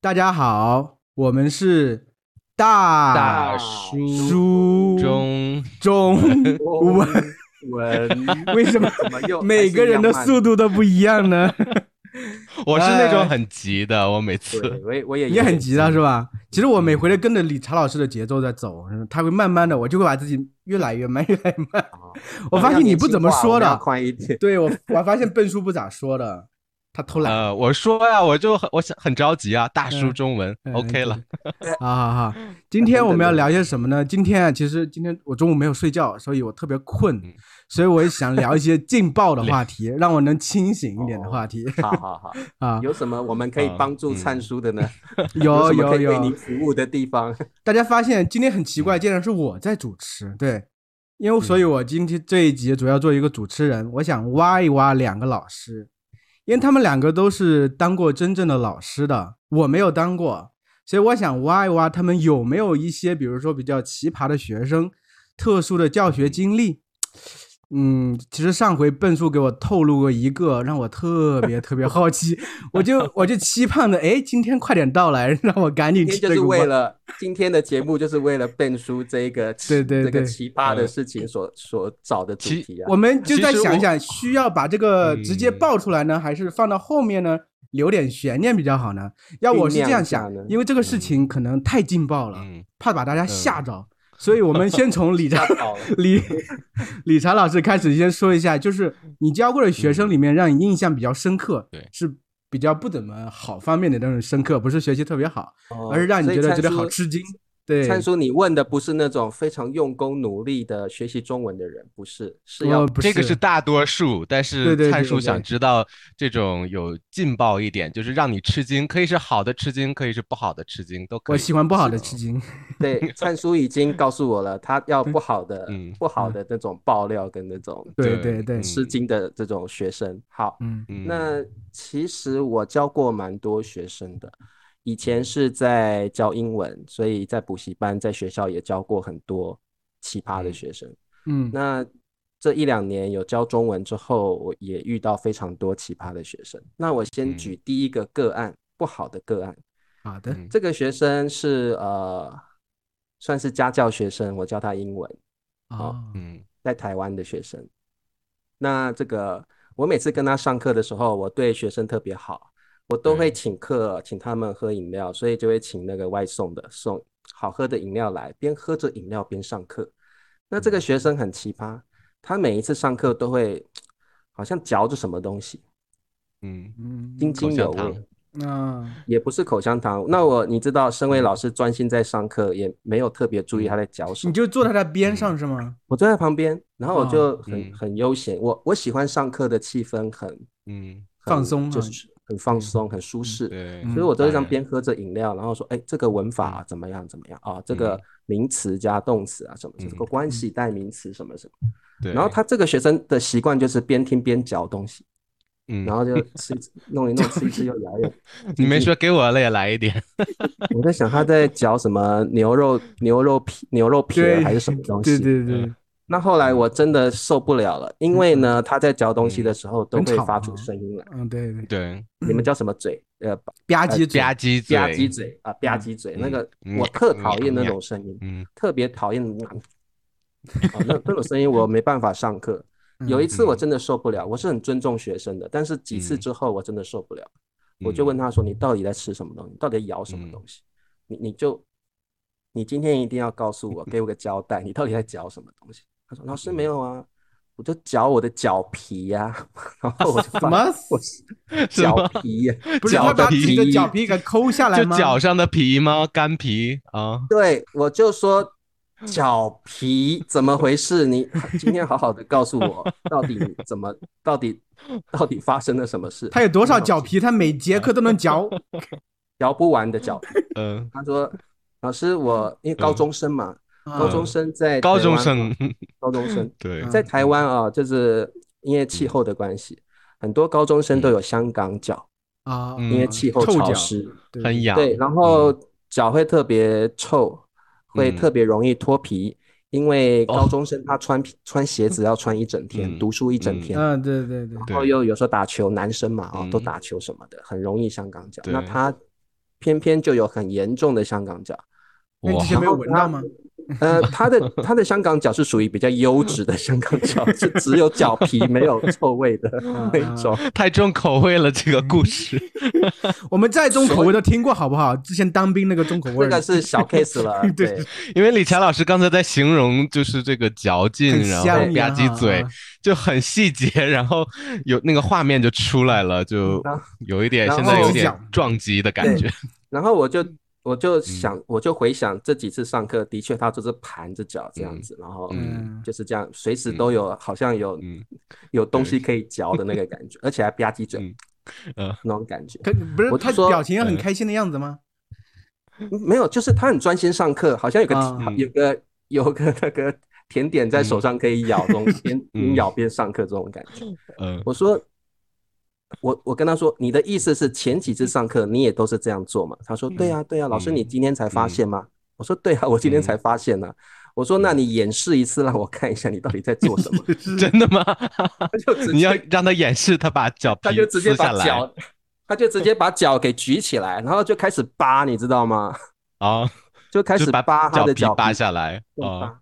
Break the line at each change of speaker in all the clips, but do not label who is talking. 大家好，我们是大
大
叔
中
中文，
文
为什么
怎么又
每个人的速
度？
度都不一样 呢？
我是那
哎
种很急的，我每次
对，我也我也
你也很急啊的是吧？其实我每回都跟着理查老师的节奏在走，他会慢慢的，我就会把自己越来越慢，越来越慢。
哦
我发现你不怎么说
的，我们要
的，
宽一点。
对我我发现笨叔不咋说的，他偷懒。
呃，我说呀，我就很我想很着急啊，大叔
嗯
中文
嗯
OK 了，。
对好好好，今天我们要聊些什么呢？今天啊，其实今天我中午没有睡觉，所以我特别困，
嗯
所以我也想聊一些劲爆的话 题，让我能清醒一点的话题
哦好好好，
啊。
有什么我们可以帮助灿叔的呢？
嗯有
什么
有
可以为您
有，
服务的 地方？
大家发现今天很奇怪，
嗯
竟然是我在主持，对，因为所以，我今天这一集主要做一个主持人，我想挖一挖两个老师，因为他们两个都是当过真正的老师的，我没有当过，所以我想挖一挖他们有没有一些，比如说比较奇葩的学生，特殊的教学经历。嗯，其实上回笨叔给我透露过一个，让我特别特别好 奇，我就我就期盼着，哎，今天快点到来，让我赶紧
今
吃
天
这
就是
个
为
瓜。
了今天的节目，就是为了笨叔这一个
对对
这个
对嗯
奇葩的事情所所找的主
其
题啊
我。们就
其
在
实
想
我
想，需要把这个直接
嗯
爆出来呢，还是放到后面呢？留点悬念比较好呢。要我是这样
酝
想
酿一下呢，
因为这个事情可能太劲爆了，
嗯，
怕把大家吓着，所以我们先从理查
吓到了
理理查老师开始，先说一下，就是你教过的学生里面，让你印象比较深刻，
嗯对
是比较不怎么好方面的那种深刻，不是学习特别好，
哦
而是让你
所以
觉得
灿
觉得好
叔
吃惊。对，
灿叔，你问的不是那种非常用功努力的学习中文的人，不是，是
我
要
不
这个是大多数，但
对
是
对对
灿叔
对
想知道这种有劲爆一点，就是让你吃惊，可以是好的吃惊，可以是不好的吃惊，都可以。哦
我喜欢不好的吃惊。
对，灿叔已经告诉我了，他要不好的、
嗯
不好的那种爆料跟那种
对对
对
对，
吃惊的这种学生。好，
嗯
嗯，
那其实我教过蛮多学生的，以前是在教英文，所以在补习班、在学校也教过很多奇葩的
嗯
学生。
嗯，
那这一两年有教中文之后，我也遇到非常多奇葩的学生。那我先
嗯
举第一个个案，不好的个案。
好的，
嗯
这个学生是呃，算是家教学生，我教他英文，
哦，
嗯
在台湾的学生。那这个我每次跟他上课的时候，我对学生特别好，我都会
对
请客，请他们喝饮料，所以就会请那个外送的送好喝的饮料来，边喝着饮料边上课。那
嗯
这个学生很奇葩，他每一次上课都会好像嚼着什么东西，
嗯，
嗯，
津
口
津
香
有
糖
味。
啊，
也不是口香糖。那我你知道，身为老师专心在上课，也没有特别
嗯
注意他在嚼什
你
么。
就坐在他边上是吗？
我坐在旁边，然后我就很
嗯
很悠闲。我我喜欢上课的气氛，很
嗯，
很
放松啊
就是很放松，很舒适。
对，
嗯
所以我都会这样
当然
边喝着饮料，然后说：“哎，这个文法啊怎么样？怎么样啊？这个
嗯
名词加动词啊，什么这
嗯
个关系代名词什么什么。”
对，
然后他这个学生的习惯就是边听边嚼东西，
嗯，
然后就 吃一吃弄一弄，吃一吃又咬一咬。
你没说给我了也来一点，
我在想他在嚼什么牛肉、牛肉皮、牛肉
对
皮还是什么东
对
西？
对对
嗯，
那后来我真的受不了了，因为呢，他在嚼东西的时候都
很
会
吵
发出
啊
声音来。
嗯对对，
对，
你们叫什么嘴？呃，吧
吧唧嘴
吧唧嘴，
吧唧，嘴啊，吧唧嘴。那
嗯
个
嗯
我特讨厌那
嗯
种声音，
嗯
特别讨厌。哦，那 那种声音我没办法上课。
嗯
有一次我真的受不了，我是很尊重学生的，但是几次
嗯
之后我真的受不了，我就
嗯
问他说：“你到底在吃什么东西？你到底在咬什么
嗯
东西？你你就你今天一定要 告诉我，给我个交代，你到底在嚼什么东西？”他说：“老师
嗯
没有啊，我就嚼我的脚皮呀、然后我就
什
把
么？
我
什么
脚皮呀、
不是他
脚
把自己的
皮
脚皮给抠下来
就
吗？
脚上的皮吗？干皮啊，
对我就说脚皮怎么回事？你 今天好好的告诉我，到底你怎么，到底到底发生了什么事？
他有多少脚皮？他每节课都能嚼。
嚼不完的脚皮。
嗯，
他说：“老师，我因为高中生嘛， 高
啊
中生在
嗯高
台
中
湾
生
啊，高中生
对，
在台湾啊，就是因为气候的关系，很多高中生都有香港脚，
啊，
嗯
因为气候
臭
潮
脚
湿，
对
很痒，
对，然后脚会特别臭，会
嗯
特别容易脱皮，因为
哦
高中生他穿皮穿鞋子要穿一整天，
嗯
读书一整
嗯
天，
嗯，对对对，
然后又有时候打球，男生嘛啊、哦都
嗯
打球什么的，很容易伤港脚。那
对
他偏偏就有很严重的香港脚。
那你
哇
之，前没有闻到吗？
呃，他的他的香港脚是属于比较优质的香港脚，是只有脚皮没有臭味的那种。
嗯
太重口味了，这个故
嗯
事。
我们在重口味都听过，好不好？之前当兵那个重口味
这
儿，，
个是小 case 了
对
对
因为李强老师刚才在形容，就是这个嚼劲，
很
然后
香
吧
呀
唧嘴
啊，
嗯
就很细节，然后有那个画面就出来了，就
然后
有一点
嗯然
现在有
后
点
讲
撞击的感觉。
然后我就
嗯
我就想，我就回想这几次上课，的确他就是盘着脚这样子，然后
嗯
就是这样，随时都有好像有
嗯
有东西可以嚼的那个 感觉，而且还吧唧嘴
嗯嗯
那种感觉。
可不是
我就
他
说
表情很
呃
开心的样子吗？
没有，就是他很专心上课，好像有个
啊
好有个有个那个甜点在手上可以咬，这种边
嗯
边咬边上课这种感觉。
嗯
我说，我我跟他说，你的意思是前几次上课你也都是这样做嘛？他说，对啊，对啊，老师
嗯
你今天才发
嗯
现吗？我说，对啊，我今天
嗯
才发现呢、我说，那你演示一次，让我看一下你到底在做什 么。
真的吗？
他就直
你要
接
让他演示他把脚
他
皮
就直接
撕下
把
来
脚，他就直接把脚给举起来，然后就开始扒，你知道吗？
啊，
就开
就
始
把
扒他的
皮扒
皮
下来
更
啊。
大，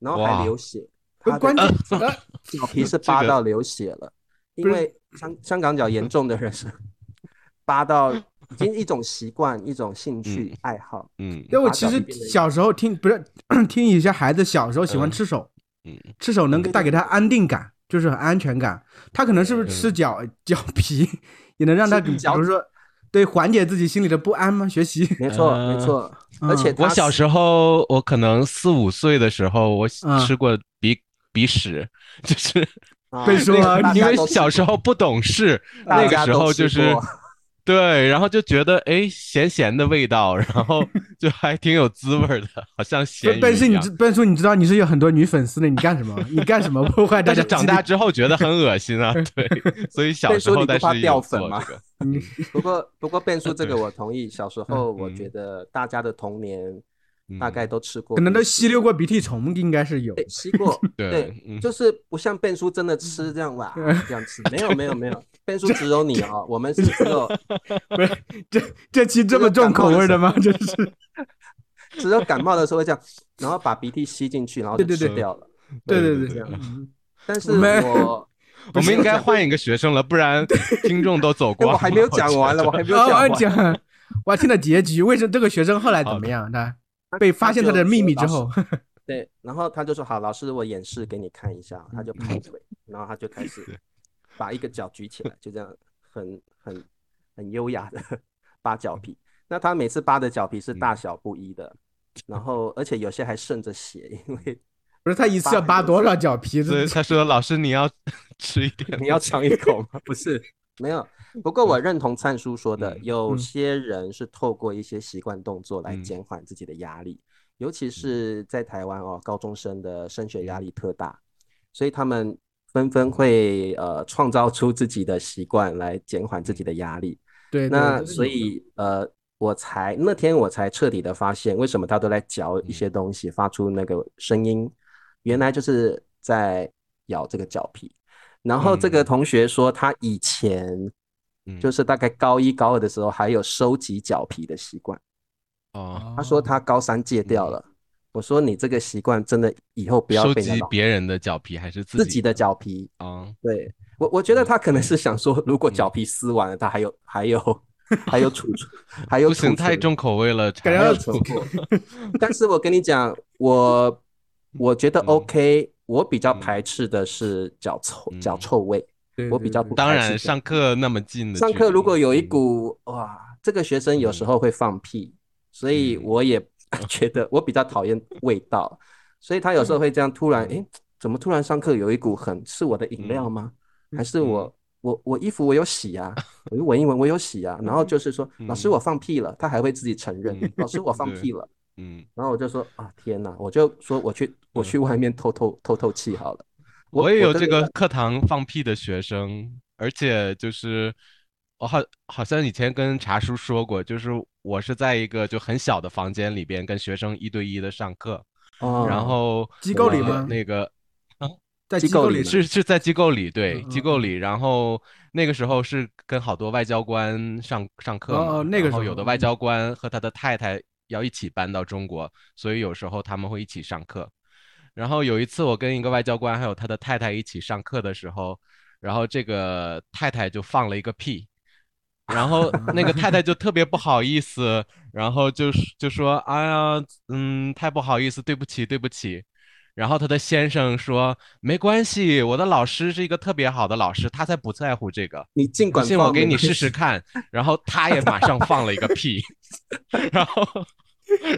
然后
哇
还流血。
不
他
关键
的
呃
脚皮是
这
扒
个
到流血了，因
不是
为香香港脚严重的人是扒到已经一种习惯、一种兴趣
嗯
爱好。
嗯
那我
把
其
脚
实
皮变得
小时候听不是 听一些孩子小时候喜欢
嗯
吃手，
嗯
吃手能带给他安定感，就是很安全感。他可能是不是吃脚 脚皮也能让他，
吃
比比
脚
如说对缓解自己心里的不安吗？学习，
没错，
嗯
没
啊
错，而且
我
它
小
是
时候，我可能四五岁的时候，我
嗯
吃过鼻鼻屎， 就是
啊
被说
那个
啊
大
因
家
为
都吃
小时候不懂事，
大
那个
家
时
都
候
吃
就是
过
对，然后就觉得哎咸咸的味道，然后就还挺有滋味儿的，好像咸
笨笨
鱼
是
一
你
样
知。笨叔，你知道你是有很多女粉丝的，你干什么？你干什么破坏大
但
家的
是
心理？
长大之后觉得很恶心 啊，对，所以小
被
时
说
候
你不
但
怕
是
掉
有
粉
做
吗
这个，
不过不过变数这个
对
我同意。小
嗯
时候我觉得大家的童年大
嗯
概都吃过
可
鼻屎，
能都吸溜过鼻涕虫，应该是有。
对吸 过，
对
对，
嗯
就是不像变叔真的吃这样哇
嗯
这样吃，没有没有没 有，变叔只有你哦，我们是只有
不是这这期这么重口味的吗？这是
只有感冒的时候会这样，然后把鼻涕吸进去，然后就
对对
吃
对
掉了。
对
对
对
对
对，
对
嗯
但是
我们
我
我们应该换一个学生了，不然听众都走
哎
光了。
我还没有讲完了，我还没有
哦，
讲
我
完。
讲，我还听到结局，为什么这个学生后来怎么样？他被发现他的秘密之后，
对，然后他就说好，老师我演示给你看一下，他就拍腿，然后他就开始把一个脚举起来，就这样很很很优雅的扒脚皮。那他每次扒的脚皮是大小不一的，然后而且有些还渗着血，因为
不是他一次要扒多少脚皮
所以
子？
他说：“老师，你要 吃一点。”
你要尝一口吗？不是，没有。不过我认同灿叔说的，
嗯
有
嗯
些人是透过一些习惯动作来
嗯
减缓自己的压力，尤其是在台湾哦，高中生的升学压力特大，所以他们纷纷会呃创造出自己的习惯来减缓自己的压力。
对，对
那
这是
所以呃，我才那天我才彻底的发现，为什么他都在嚼一
嗯
些东西，发出那个声音，原来就是在咬这个脚皮。然后这个
嗯
同学说，他以前
嗯
就是大概高一高二的时候，还有收集脚皮的习惯。
哦，
他说他高三戒掉
嗯
了。我说你这个习惯真的以后不要
收
被人家
集
老
别人的嗯脚皮还是自
自己的脚皮。
啊？
对我，我觉得他可能是想说，
嗯
如果脚皮撕完了，他还有还有还有储存，还有
不
储
行，
存
太重口味了，
感觉
馋
没有
要
存货。但是我跟你讲，我我觉得
嗯
OK，我比较
嗯
排斥的是脚臭
嗯
脚臭味。
对
我比较不
当
排斥
然，
的
上课那么近的
上
距
课如
离
果有一
嗯
股哇，这个学生有时候会放屁，所以
嗯
我也觉得我比较讨厌味 道，所以他有时候会这样突然，
嗯
诶，怎么突然上课有一股很是我的饮料吗？
嗯
还是我我我衣服我有洗 啊？我就闻一闻，我有洗啊。然后就是说，老师
嗯
我放屁了，他还会自己承认
嗯，
老师我放
对
屁了。
嗯，
然后我就说啊，天哪！我就说我去我去外面透透透透气好了。我
我也有
真
这
的
个课堂放屁的学生，而且就是我好好像以前跟茶叔说过，就是我是在一个就很小的房间里边跟学生一对一的上课，
哦
然后
机构里
呃
吗
那个啊
在
机
机构
构
里
里
是
是是在机构里，对
嗯
机
嗯
构
嗯
里。然后那个时候是跟好多外交官上上课
哦
嘛，
哦那个
然后
时
有
候
的外
嗯
交官和他的太太要一起搬到中国，所以有时候他们会一起上课。然后有一次我跟一个外交官还有他的太太一起上课的时候，然后这个太太就放了一个屁。然后那个太太就特别不好意思，然后就是就说：“哎呀，嗯，太不好意思，对不起，对不起。”然后他的先生说：“没关系，我的老师是一个特别好的老师，他才不在乎这个。
你尽
不
管
信我
放
给
没
你
关
试试
系
看。”然后他也马上放了一个屁， 然后，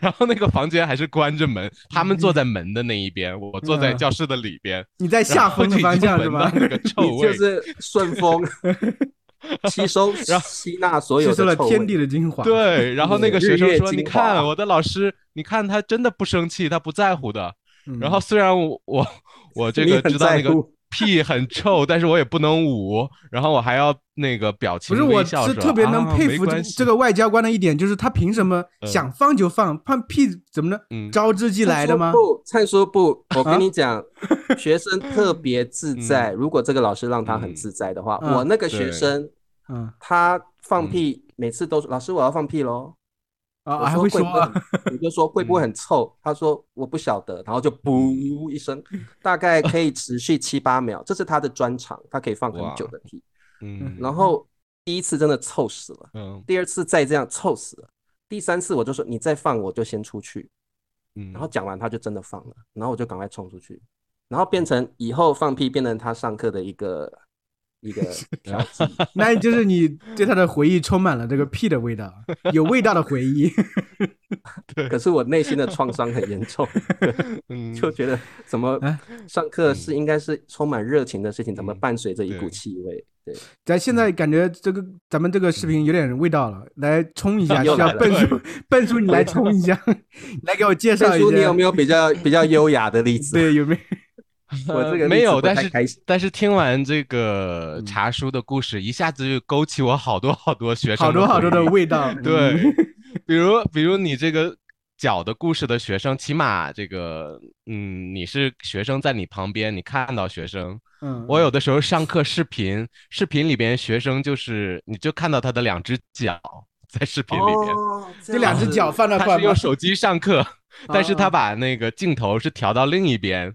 然后那个房间还是关着门，他们坐在门的那一边，我坐在
嗯
教室的里 边，
你在下
然后
风的
就已
方
经
向是
闻
吗
到？那个臭
你就
味，
是顺 风吸收
然
吸纳 所有
吸
的
收了
臭味
天地的精华。，
对，啊然后那
嗯
个
日
学生
月
说：“你
精
看
华
我的老师，你看他真的不生气，他不在乎的。”然后
嗯
虽然我 我我这
你
个
很
知道
在
那个
乎
屁很臭，但是我也不能捂，然后我还要那个表
不
情
是，
微
我
笑
是
说
特别能
啊
佩
没
服这
关系
这个外交官的一点，就是他凭什么
嗯
想放就放，放屁怎么能
嗯
招之即
灿
来的
叔
吗？
不，灿 叔不，我
啊
跟你讲，学生特别自在。如果这个老师让他很
啊嗯
自在的话，
嗯
我那个
对
学生
嗯
他放
嗯
屁，每次都说老师我要放屁喽。我
啊，还会
会
说
不会
啊
很，我就说会不会
嗯
很臭？他说我不晓得，然后
嗯
就噗 一声，大概可以持续七八秒，这是他的专长，他可以放很久
哇
的屁。
嗯，
然后第一次真的臭死了，
嗯
第二次再这样臭死了，第三次我就说你再放我就先出去，
嗯，
然后讲完他就真的放了，然后我就赶快冲出去，然后
嗯
变成以后放屁变成他上课的一个 一个调剂。
那就是你对他的回忆充满了这个屁的味道，啊有味道的回忆。
可是我内心的创伤很严重，
嗯啊
就觉得怎么
哎
上课是应该是充满热情的事情，怎么
嗯
伴随着一股
对
气味？对，
咱现在感觉这个咱们这个视频有点味道了，来冲一下，需
又
要
来了
笨叔，笨叔你来冲一 下，你来给我介绍
郑
一
叔，
下。
你有没有 比较比较优雅的例子？
对，有没有？
我这
呃
个例子
没有，
不
但
太
是
开心嗯
但是听完这个茶叔的故事，一下子就勾起我好多好多学生
好多好多
回
的
忆
味道。
对
嗯，
比如比如你这个脚的故事的学生，起码这个嗯，你是学生在你旁边，你看到学生。
嗯，
我有的时候上课视频，视频里边学生就是你就看到他的两只脚在视频里边，
哦，
这两只
样
脚
子
放那
他
块
是用
吗？
手机上 课，但是他
啊
把那个镜头是调到另一边，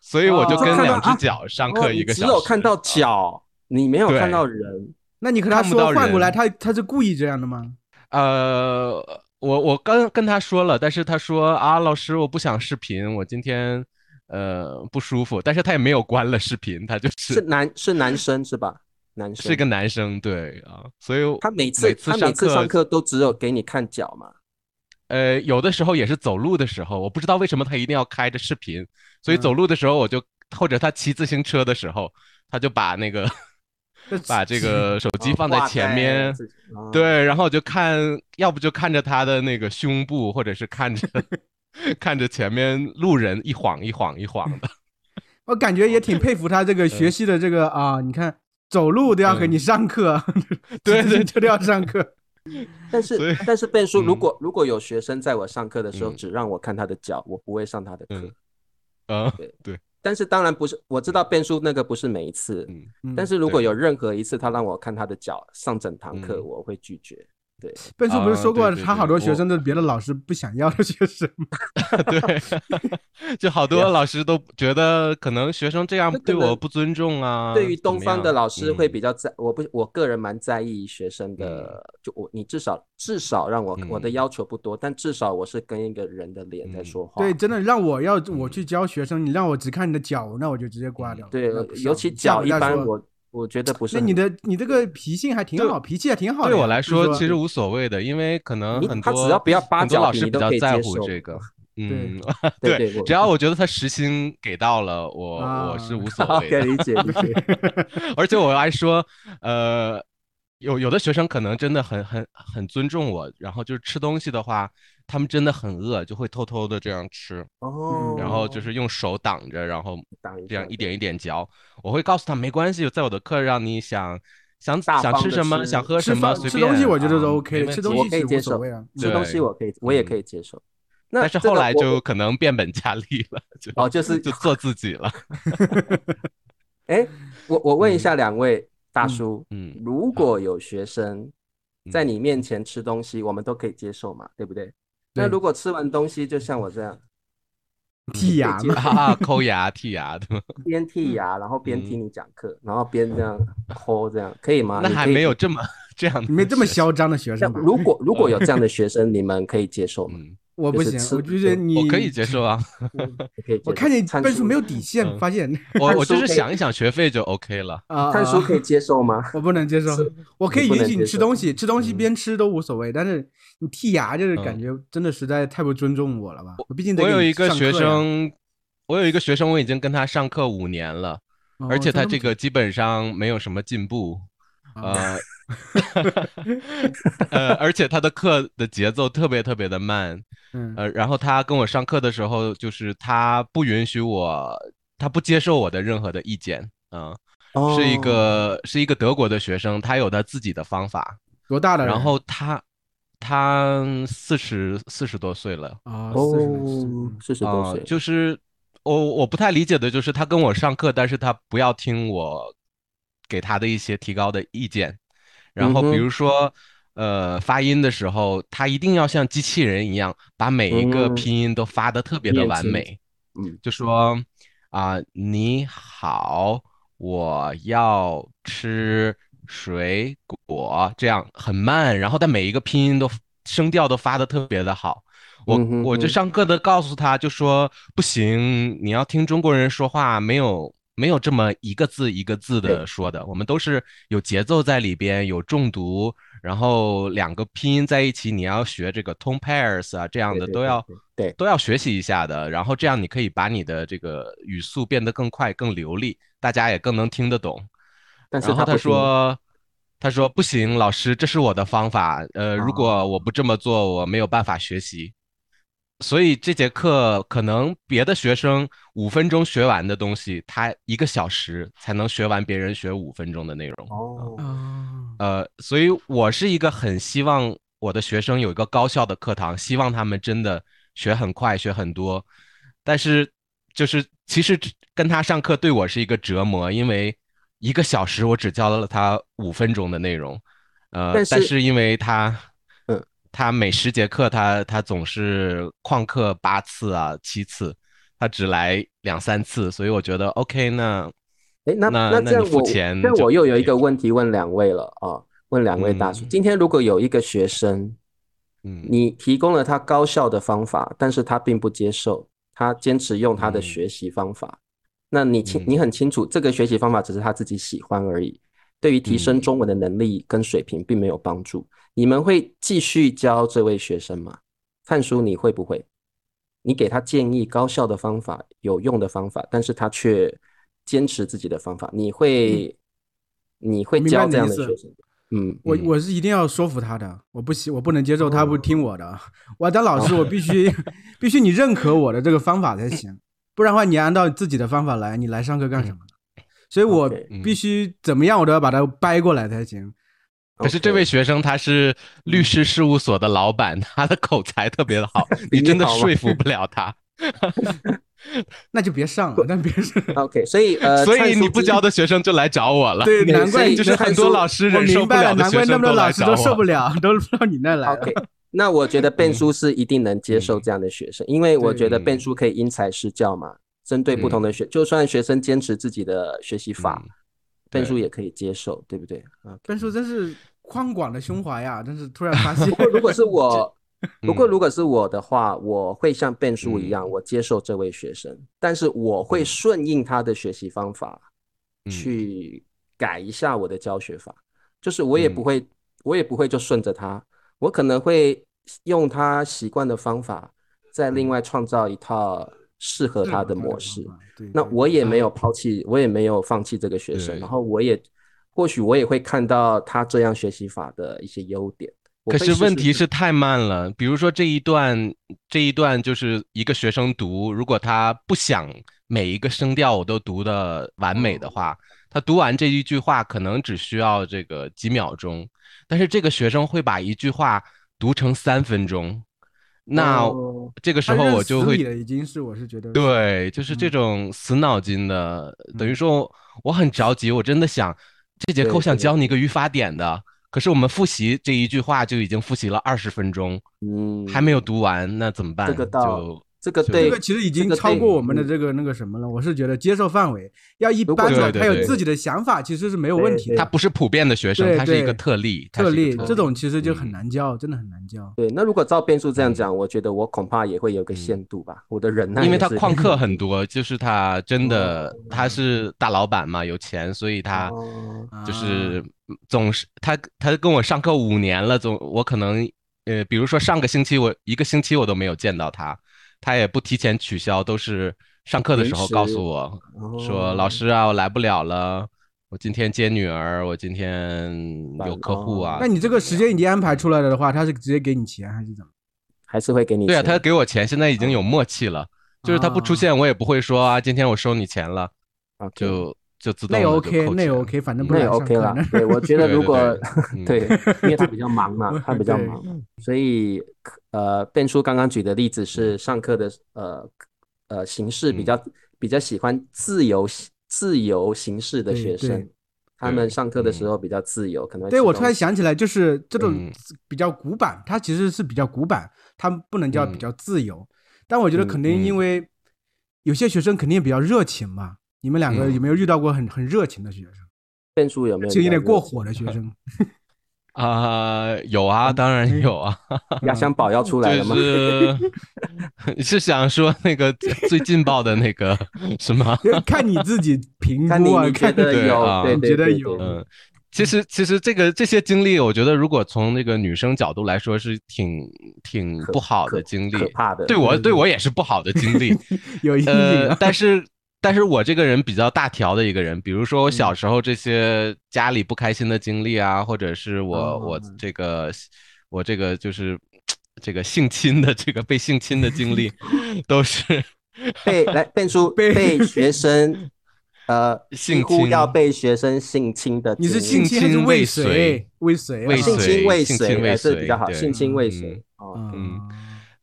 所以我就
哦
跟
看到
两只
啊
脚上
哦
课
你
一个
只
小时。
有看到脚，你没有看
对
到人。
那你和他
看不
说
到
换过来，
人
他他是故意这样的吗？
呃，我我刚跟他说了，但是他说啊，老师，我不想视频，我今天呃不舒服。但是他也没有关了视频，他就是
是男是男生是吧？男生
是个男生，对啊，所以
他每
每
次
次
他每次
课
上课都只有给你看脚嘛，
呃，有的时候也是走路的时候，我不知道为什么他一定要开着视频，所以
嗯
走路的时候我就或者他骑自行车的时候，他就把那个
那
把这 个手机放在
哦挂
前面，
自己哦
对，然后我就看，要不就看着他的那个胸部，或者是看着 看着前面路人一晃一晃一晃的。
我感觉也挺佩服他这
嗯
个学习的这个啊，你看走路都要和你上课，
对对
这都要上课。
但
所以
是 但是变叔，如
嗯
果如果有学生在我上课的时候
嗯
只让我看他的脚，我不会上他的课。
嗯啊，
但是当然不是，我知道变叔那个不是每一次，
嗯，
嗯
但是如
对
果有任何一次他让我看他的脚上整堂课，
嗯
我会拒绝。对，
笨叔不是
啊
说过
对对
他
对
好多学
我
生都是别的老师不想要 的学生吗？
对， 就好多老师都觉得可能学生这样
这可
对我
能
不尊重啊。
对于
怎
东
么
方的
样
老师会比
嗯
较在，我不，我个人蛮在意学生的，就我你至少至少让我我的
嗯
要求不多，但至少我是跟一个人的脸在
嗯
说话。
对，真的让我要我去教学生，你让我只看你的脚，那我就直接挂
嗯
掉了。
对
那不，上
尤其
下
脚
回
一
再
般
说
我我觉得不是
那
很。
你的你这个脾性还挺
对
好，脾气还挺好的呀。
对我来
就是
说其实无所谓的，因为可能
你
很
他
多
只要不要八
很多
角
老
比
师
你
比
都
较
可以
在
接
乎
受
这
嘛
个。
对
嗯，
对对我
只要我觉得他时薪给到了，我
啊
我是无 所
好，
谓
可
的
以。理解理解。
而且我还说，呃，有有的学生可能真的很很很尊重我，然后就是吃东西的话，他们真的很饿，就会偷偷的这样吃，
哦，
嗯然后就是用手挡着，然后
挡一
这样
下
一
对
点一点嚼。我会告诉他没关系，在我的课让你想想
大
想
方
吃
地
什么，
吃
想喝
吃
什么
饭
随
吃
便。
东西我觉得
啊
都 OK 的
没问
吃东
题
我
西
可以
是无
接
所
受
谓啊，
吃东
对
西我可以，我也可
嗯
以接受。那
但是
这
后
个
来
我
就可能变本加厉了，就
哦 就是
就做自己了。
哎，我我问一下两位大
嗯
叔，
嗯
如果有学生在你面前吃东西，我们都可以接受嘛，对不对？那
对
如果吃完东西就像我这样
剔牙嘛，
啊，抠牙剔牙的，
边剔牙，然后边
嗯
听你讲课，然后边这样抠，这样可以吗？
那
啊你
还
可以
没有这么这样 的
没这么
学生。
嚣张的学
像
生吧？
如果如果有这样的学生，你们可以接受吗？
嗯，
我不
就是
行，
吃
我就觉得
就
你
我可以接 受啊，
你可以接受。
我看你
参
分数
数
没有底线，
嗯
发现
我
看
我就
书
是
可以
想一想学费就 OK 了。
啊，
看书可
以，
以接受吗？
我不能接受，我可以
你不
允
能
许你
接
吃
受
东西，吃东西
嗯
边吃都无所谓，但是你剔牙就是感
嗯
觉真的实在太不尊重我了吧？我毕竟得
我
给
有
你
一个
上
学
课呀，
生，我有一个学生，我已经跟他上课五年了，
哦
而
真
且他
的
这
吗
个基本上没有什么进步，
啊
呃，呃，而且他的课的节奏特别特别的慢，
嗯
呃，然后他跟我上课的时候，就是他不允许我，他不接受我的任何的意见，嗯、
哦
是一个是一个德国的学生，他有他自己的方法，
多大的人？
然后他他四十四十多岁了。
啊，
哦
四十多岁嗯，
四十多
啊、
岁，
就是我我不太理解的就是他跟我上课，但是他不要听我给他的一些提高的意见，然后
嗯
比
哼
如说、呃发音的时候，他一定要像机器人一样把每一个
嗯
拼音都发的特别的
念
完
清
美，
嗯，
就说啊、你好，我要吃水果，这样很慢，然后但每一个拼音都声调都发的特别的好。我
嗯哼
我就
哼
上课的告诉他，就说不行，你要听中国人说话，没有没有这么一个字一个字的
对
说的，我们都是有节奏在里边，有重读，然后两个拼音在一起，你要学这个 tone pairs 啊，这样
对
的
对
都
对
要
对对
都要学习一下的，然后这样你可以把你的这个语速变得更快、更流利，大家也更能听得懂。
但是
然后
他
他
不听
说，他说不行，老师，这是我的方法，
哦
呃，如果我不这么做，我没有办法学习。所以这节课可能别的学生五分钟学完的东西，他一个小时才能学完别人学五分钟的内容。
哦，
啊，
呃，所以我是一个很希望我的学生有一个高效的课堂，希望他们真的学很快，学很多。但是就是其实只跟他上课对我是一个折磨，因为一个小时我只教了他五分钟的内容，呃，
但
但
是
是因为他。
嗯
他每十节课他他总是旷课八次啊七次，他只来两三次，所以我觉得 OK，那
哎，那
那
那
那
这样
你付
我
钱
这样
就
我又有一
OK
个问题问两位了啊、问两位大叔，
嗯
今天如果有一个学生，
嗯
你提供了他高效的方法，但是他并不接受，他坚持用他的
嗯
学习方法，那你清
嗯
你很清楚，这个学习方法只是他自己喜欢而已，对于提升
嗯
中文的能力跟水平并没有帮助。你们会继续教这位学生吗？看书你会不会？你给他建议高效的方法、有用的方法，但是他却坚持自己的方法，你
嗯
会你会
我明白
教
你的
这样
意
的
思
学生？嗯，
我
嗯
我是一定要说服他的，我不行，我不能接受他不
哦
听我的。我当老
哦
师，我必 须必须你认可我的这个方法才行，不然的话你按照自己的方法来，你来上课干什么
嗯
呢？所以我
OK
必须怎么样，我都要把它掰过来才行。
可是这位
OK
学生他是律师事务所的老板，他的口才特别的 好，你
比你
真的
好吗
说服不了他，
那就别上了，那别 上。
OK，所以呃，
所
灿
以
叔
你不
今
教的学生就来找我了。
对，
对
难
所
怪
以
就是很多老师
我
忍
明
受不
白了，
了的
难怪
学
那么
生
多
都
老
来
师
找
都受不
我。
了，都到你那来了。
OK，那我觉得变叔是一定能接受这样的学生，因为我觉得
对
变叔可以因材施教嘛，针对不同的学，就算学生坚持自己的学习法
嗯，
变
对
叔也可以接受，对不对？OK，
分数真是宽广的胸怀呀，真是突 然发现。
不过如果是我，不过
嗯
如果是我的话，我会像变叔
嗯
一样，我接受这位学生，但是我会
嗯
顺应他的学习方法
嗯
去改一下我的教学法，就是我也不
嗯
会，我也不会就顺着他，我可能会用他习惯的方法，再
嗯
另外创造一套适合他的模式。
对，
那
对
我也没
啊
有抛弃，我也没有放弃这个学
嗯
生，
对
然后我也或许我也会看到他这样学习法的一些优点。我
可
会
是
试
问
试
题
看
是太慢了，比如说这一段，这一段就是一个学生读，如果他不想每一个声调我都读的完美
嗯
的话，他读完这一句话可能只需要这个几秒钟，但是这个学生会把一句话读成三分钟，那
哦
这个时
他
候
认
我就
死
会
理了，已经是我是觉得
对，就是这
嗯
种死脑筋的，等于说我很着急，我真的想这节课
嗯对
我想
对
教你一个语法点的，可是我们复习这一句话就已经复习了二十分钟，
嗯，
还没有读完，那怎么办？
这个到
就
这个
就
对
这个其实已
这
经
个
超
对
过我们的
嗯
这个那个什么了。我是觉得接受范围要一
如果
般
对
的，
对
他有
对
自己的想法，其实是没有
对
问题
对
的
他。不是普遍的学生，
对
他是一
对
个特例，他
特
是一
例
个
这种其实就很
嗯
难教，真的很难教。
对，那如果照变数这样
嗯
讲，我觉得我恐怕也会有个限度吧，我的忍耐
因为
也
他
是嗯
旷课很多，就是他真的
哦
他是大老板嘛，有钱，所以他
哦
啊
就是总是他他跟我上课五年了，总我可能呃，比如说上个星期我一个星期我都没有见到他，他也不提前取消，都是上课的
临
时候告
时
诉我说
哦
老师啊，我来不了了，我今天接女儿，我今天有
烦
客户
哦
啊。
那你这个时间已经安排出
来？
来了的话，他是直接给你钱还是怎么？
还是会给你
对啊，
钱
他给我钱，现在已经有默契了，就是他不出
啊
现，我也不会说啊，今天我收你钱了，
OK
就就自动
那也
了就
OK，
扣
那也
钱
OK，反正不
那也
来上
OK
课
啦
呢。。
对，我觉得
对
如
对
果
嗯
对，因为他比较忙 嘛，他比较
对
忙，所以呃，变叔刚刚举的例子是上课的呃呃形式比
嗯
较比较喜欢自由自由形式的
对
学
对
生，他
对
们上课的时
嗯
候比较自由，可能会
对，
吃
我
东
突然
西
想起来，就是这种
嗯
比较古板，它其实是比较古板，它不能叫比
嗯
较自由。但我觉得
嗯
肯定因
嗯
为有些学生肯定比较热情嘛。你们两个有
嗯
没有遇到过很很热情的学生，
变叔有没有
就
比
有
较
点过
热
火
情啊
的学生？
啊、有啊，当然
嗯
有啊，
压箱宝要出来了吗
就？是 是想说那个最最劲爆的那 个什么，
就 看你自己评
看你
估啊，
你觉
看
得
对
有，
啊
对
你
对
觉得
对
有
对
嗯，其实其实这个这些经历，我觉得如果从那个女生角度来说，是挺挺
可
不好
可
的经历
可，怕的，嗯
对我对我也是不好的经 历，
有阴影
呃
啊，。
但是但是我这个人比较大条的一个人，比如说我
嗯
小时候这些家里不开心的经历啊，或者是我、我
哦
这个我这个就是这个性侵的这个被性侵的经历，都是
被来变叔
被
被学生呃
性
几乎要
侵
被学生性侵的经
你
历，
是性侵还是
侵
未
未
遂
遂？
未遂啊，
未
性
遂
侵未
性
遂，
侵未
哎，这比较
遂
好，
对
性侵未遂
嗯
哦，
嗯
嗯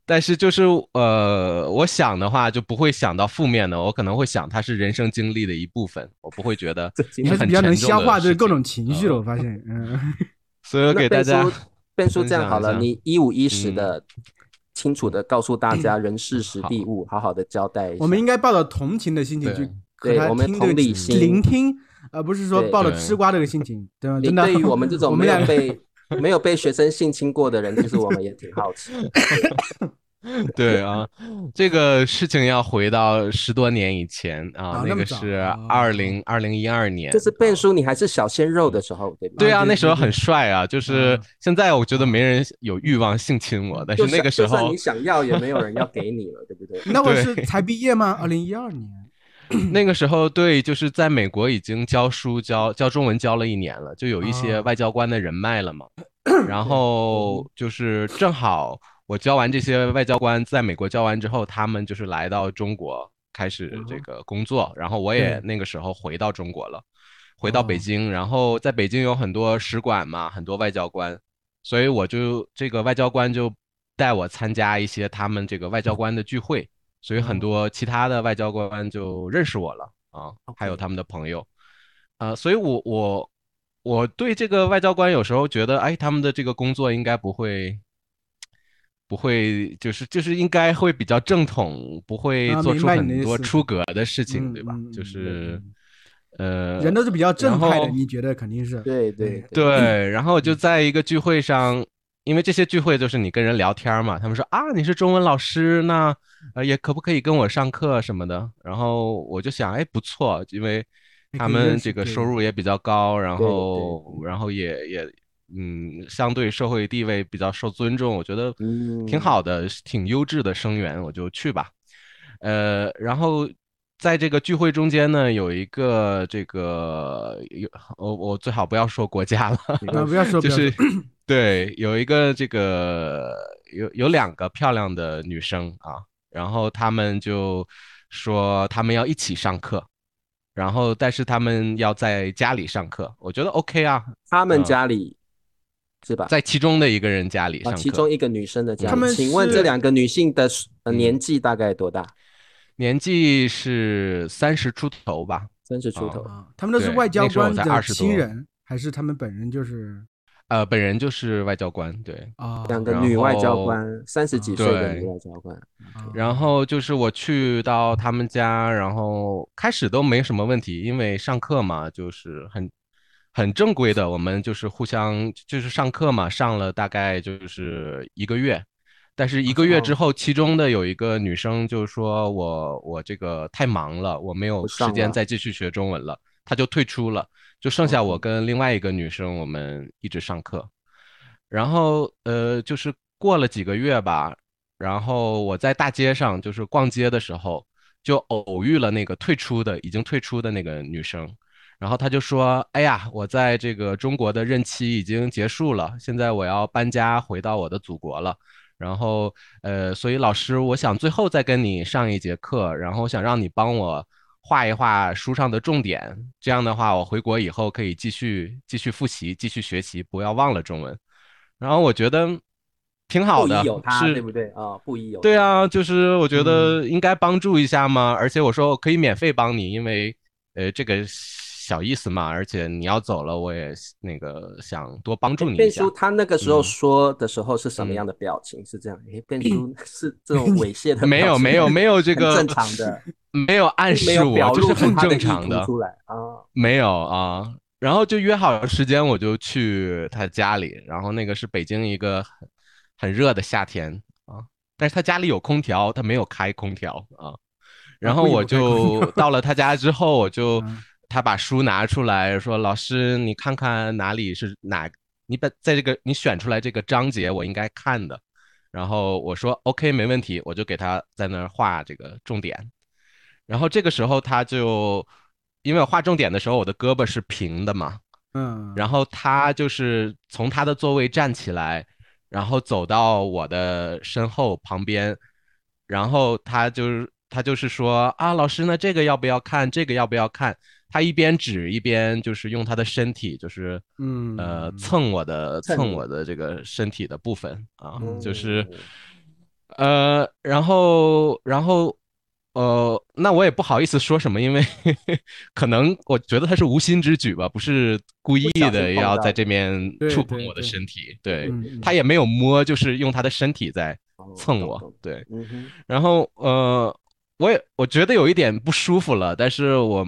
但是就是呃，我想的话就不会想到负面的，我可能会想它是人生经历的一部分，我不会觉得
这经
你
历
还是
很
比较能
沉重
消
的
化这
事
各
情
种情绪的，我发现，嗯，
所以我
那
给大
变
家
叔变叔
分
这样
享
好
一
了，
下
你一五一十
嗯
的清楚的告诉大家人事时地物，好好的交代一下，
我们应该抱着同情的心情
对
去和
对
他
我们
听这
同
个
理
情
心
聆听，而不是说
对
抱着
对
吃瓜这个心情，对吗？
你
真的，
对于我们 这种没
俩
有被没有被学生性侵过的人，其实我们也挺好奇 的。
对啊，这个事情要回到十多年以前啊
啊，那
那
么
个
早
是
啊
二零二零一二年，
就是嗯变叔，你还是小鲜肉的时候，对吧？
对啊，
对
那
对
时候
对
很帅啊，就是
啊
现在我觉得没人有欲望性侵我，但是
就
那
算
个时
就算
候
你想要，也没有人要给你了，对不 对？
那我是
对
才毕业 吗？二零一二年，
那个时候对，就是在美国已经教书教教中文教了一年了，就有一些
啊
外交官的人脉 了嘛。然后
嗯
就是正好我教完这些外交官，在美国教完之后，他们就是来到中国开始这个工作，然后我也
哦对
那个时候回到中国了，回到北
哦
京，然后在北京有很多使馆嘛，很多外交官，所以我就这个外交官就带我参加一些他们这个外交官的聚会，所以很
哦
多其他的外交官就认识我了啊，还有
OK
他们的朋友，呃，所以我我我对这个外交官有时候觉得，哎，他们的这个工作应该不会。不会，就是就是应该会比较正统，不会
啊
做
明
出
白你的
很
意
多
思
出格的事情，
嗯
对吧
嗯？
就
嗯
是，呃，
人都是比较正
然
派的，
后
你觉得肯定是
对对，嗯
对，然后我就在一个聚会上，因为这些聚会就是你跟人聊天儿嘛，他们说啊你是中文老师，那呃也可不可以跟我上课什么的？然后我就想，哎不错，因为
也
他
可以认
嗯
们
识
这个
对
收入也比较高，然
对对
后然后也也嗯相对社会地位比较受尊重，我觉得挺
嗯
好的，挺优质的生源，我就去吧。呃，然后在这个聚会中间呢，有一个这个有我我最好不要说国家了，
那啊不要说，不
就
要
是
说，
对有一个这个有有两个漂亮的女生啊，然后她们就说她们要一起上课，然后但是她们要在家里上课，我觉得 OK 啊，
他们
嗯
家里是吧？
在其中的一个人家里
啊，
上
其
课，
中一个女生的家
他们
里，请问
是
这两个女性的数呃
嗯
年纪大概多大？
年纪是三十出头吧。
三十出头。
哦
啊，他们都是
对
外交
那时候
官
我才
的
20多
亲人，还是他们本人就是
呃，本人就是外交官，对。
啊？
两个
然
女外交
后嗯
官，三十几岁的
对
女外交官，
啊
然后就是我去到他们家，然后开始都没什么问题，因为上课嘛，就是很很正规的，我们就是互相就是上课嘛，上了大概就是一个月，但是一个月之
哦
后，其中的有一个女生就说我我这个太忙了，我没有
不
时
上
间
了
再继续学中文了，她就退出了，就剩下我
哦
跟另外一个女生，我们一直上课。然后呃，就是过了几个月吧，然后我在大街上就是逛街的时候，就偶遇了那个退出的已经退出的那个女生，然后她就说：“哎呀，我在这个中国的任期已经结束了，现在我要搬家回到我的祖国了。”然后，呃，所以老师，我想最后再跟你上一节课，然后想让你帮我画一画书上的重点，这样的话，我回国以后可以继续继续复习，继续学习，不要忘了中文。然后我觉得挺好
不
的，
疑有他，
是
对不对啊？不疑有
对
他，
啊，就是我觉得应该帮助一下嘛，而且我说我可以免费帮你，因为呃这个小意思嘛，而且你要走了，我也那个想多帮助你一
变
下
叔。他那个时候
嗯
说的时候是什么
嗯
样的表情？是这样，诶，变叔是这种猥亵的
没
表
有
情
没 有没有这
很
个
正常的，
没有暗
没
示
有表
我，就
露
是
出
很
他的
正
意
常
图
的，
出来啊。
没有啊。然后就约好了时间，我就去他家里，然后那个是北京一个很很热的夏天啊，但是他家里有空调，他没有开空调啊。然后
故意
我
不开空调
就 到了他家之后，我就
嗯
他把书拿出来说：“老师，你看看哪里是哪，你把在这个你选出来这个章节我应该看的。”然后我说 OK 没问题，我就给他在那儿画这个重点。然后这个时候他就，因为我画重点的时候我的胳膊是平的嘛，
嗯，
然后他就是从他的座位站起来，然后走到我的身后旁边，然后他就是他就是说啊，老师，那这个要不要看？这个要不要看？他一边指一边就是用他的身体，就是
嗯
呃蹭我的
蹭
蹭
你
我的这个身体的部分啊，就是
嗯
呃，然后，然后，呃，那我也不好意思说什么，因为 可能我觉得他是无心之举吧，不是故意
小心
的
碰
要
到
在
你
这边
对
触
对
碰我的
对
身体，对，
嗯
他也没有摸，就是用他的身体在
哦
蹭
懂
我
懂，
对，
嗯哼，
然后呃，我也我觉得有一点不舒服了，但是我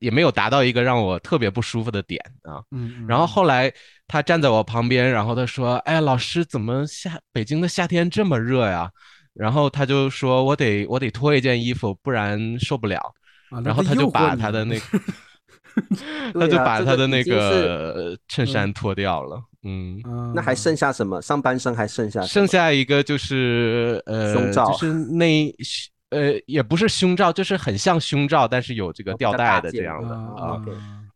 也没有达到一个让我特别不舒服的点啊，
嗯，
然后后来他站在我旁边，然后他说：“哎，老师，怎么夏北京的夏天这么热呀？”然后他就说：“我得我得脱一件衣服，不然受不了。”
啊
然后他就把他的那， 个，他就
对啊
把
这
他
个
的
已
那
经是
个衬衫脱掉了。嗯，
那
那还剩下什么？上半身还剩下什
剩
么
下一个就是呃，
胸罩
就是内呃也不是胸罩，就是很像胸罩，但是有这个
哦比
吊
较
带
大
的这
件
样的
嗯
啊
啊，
OK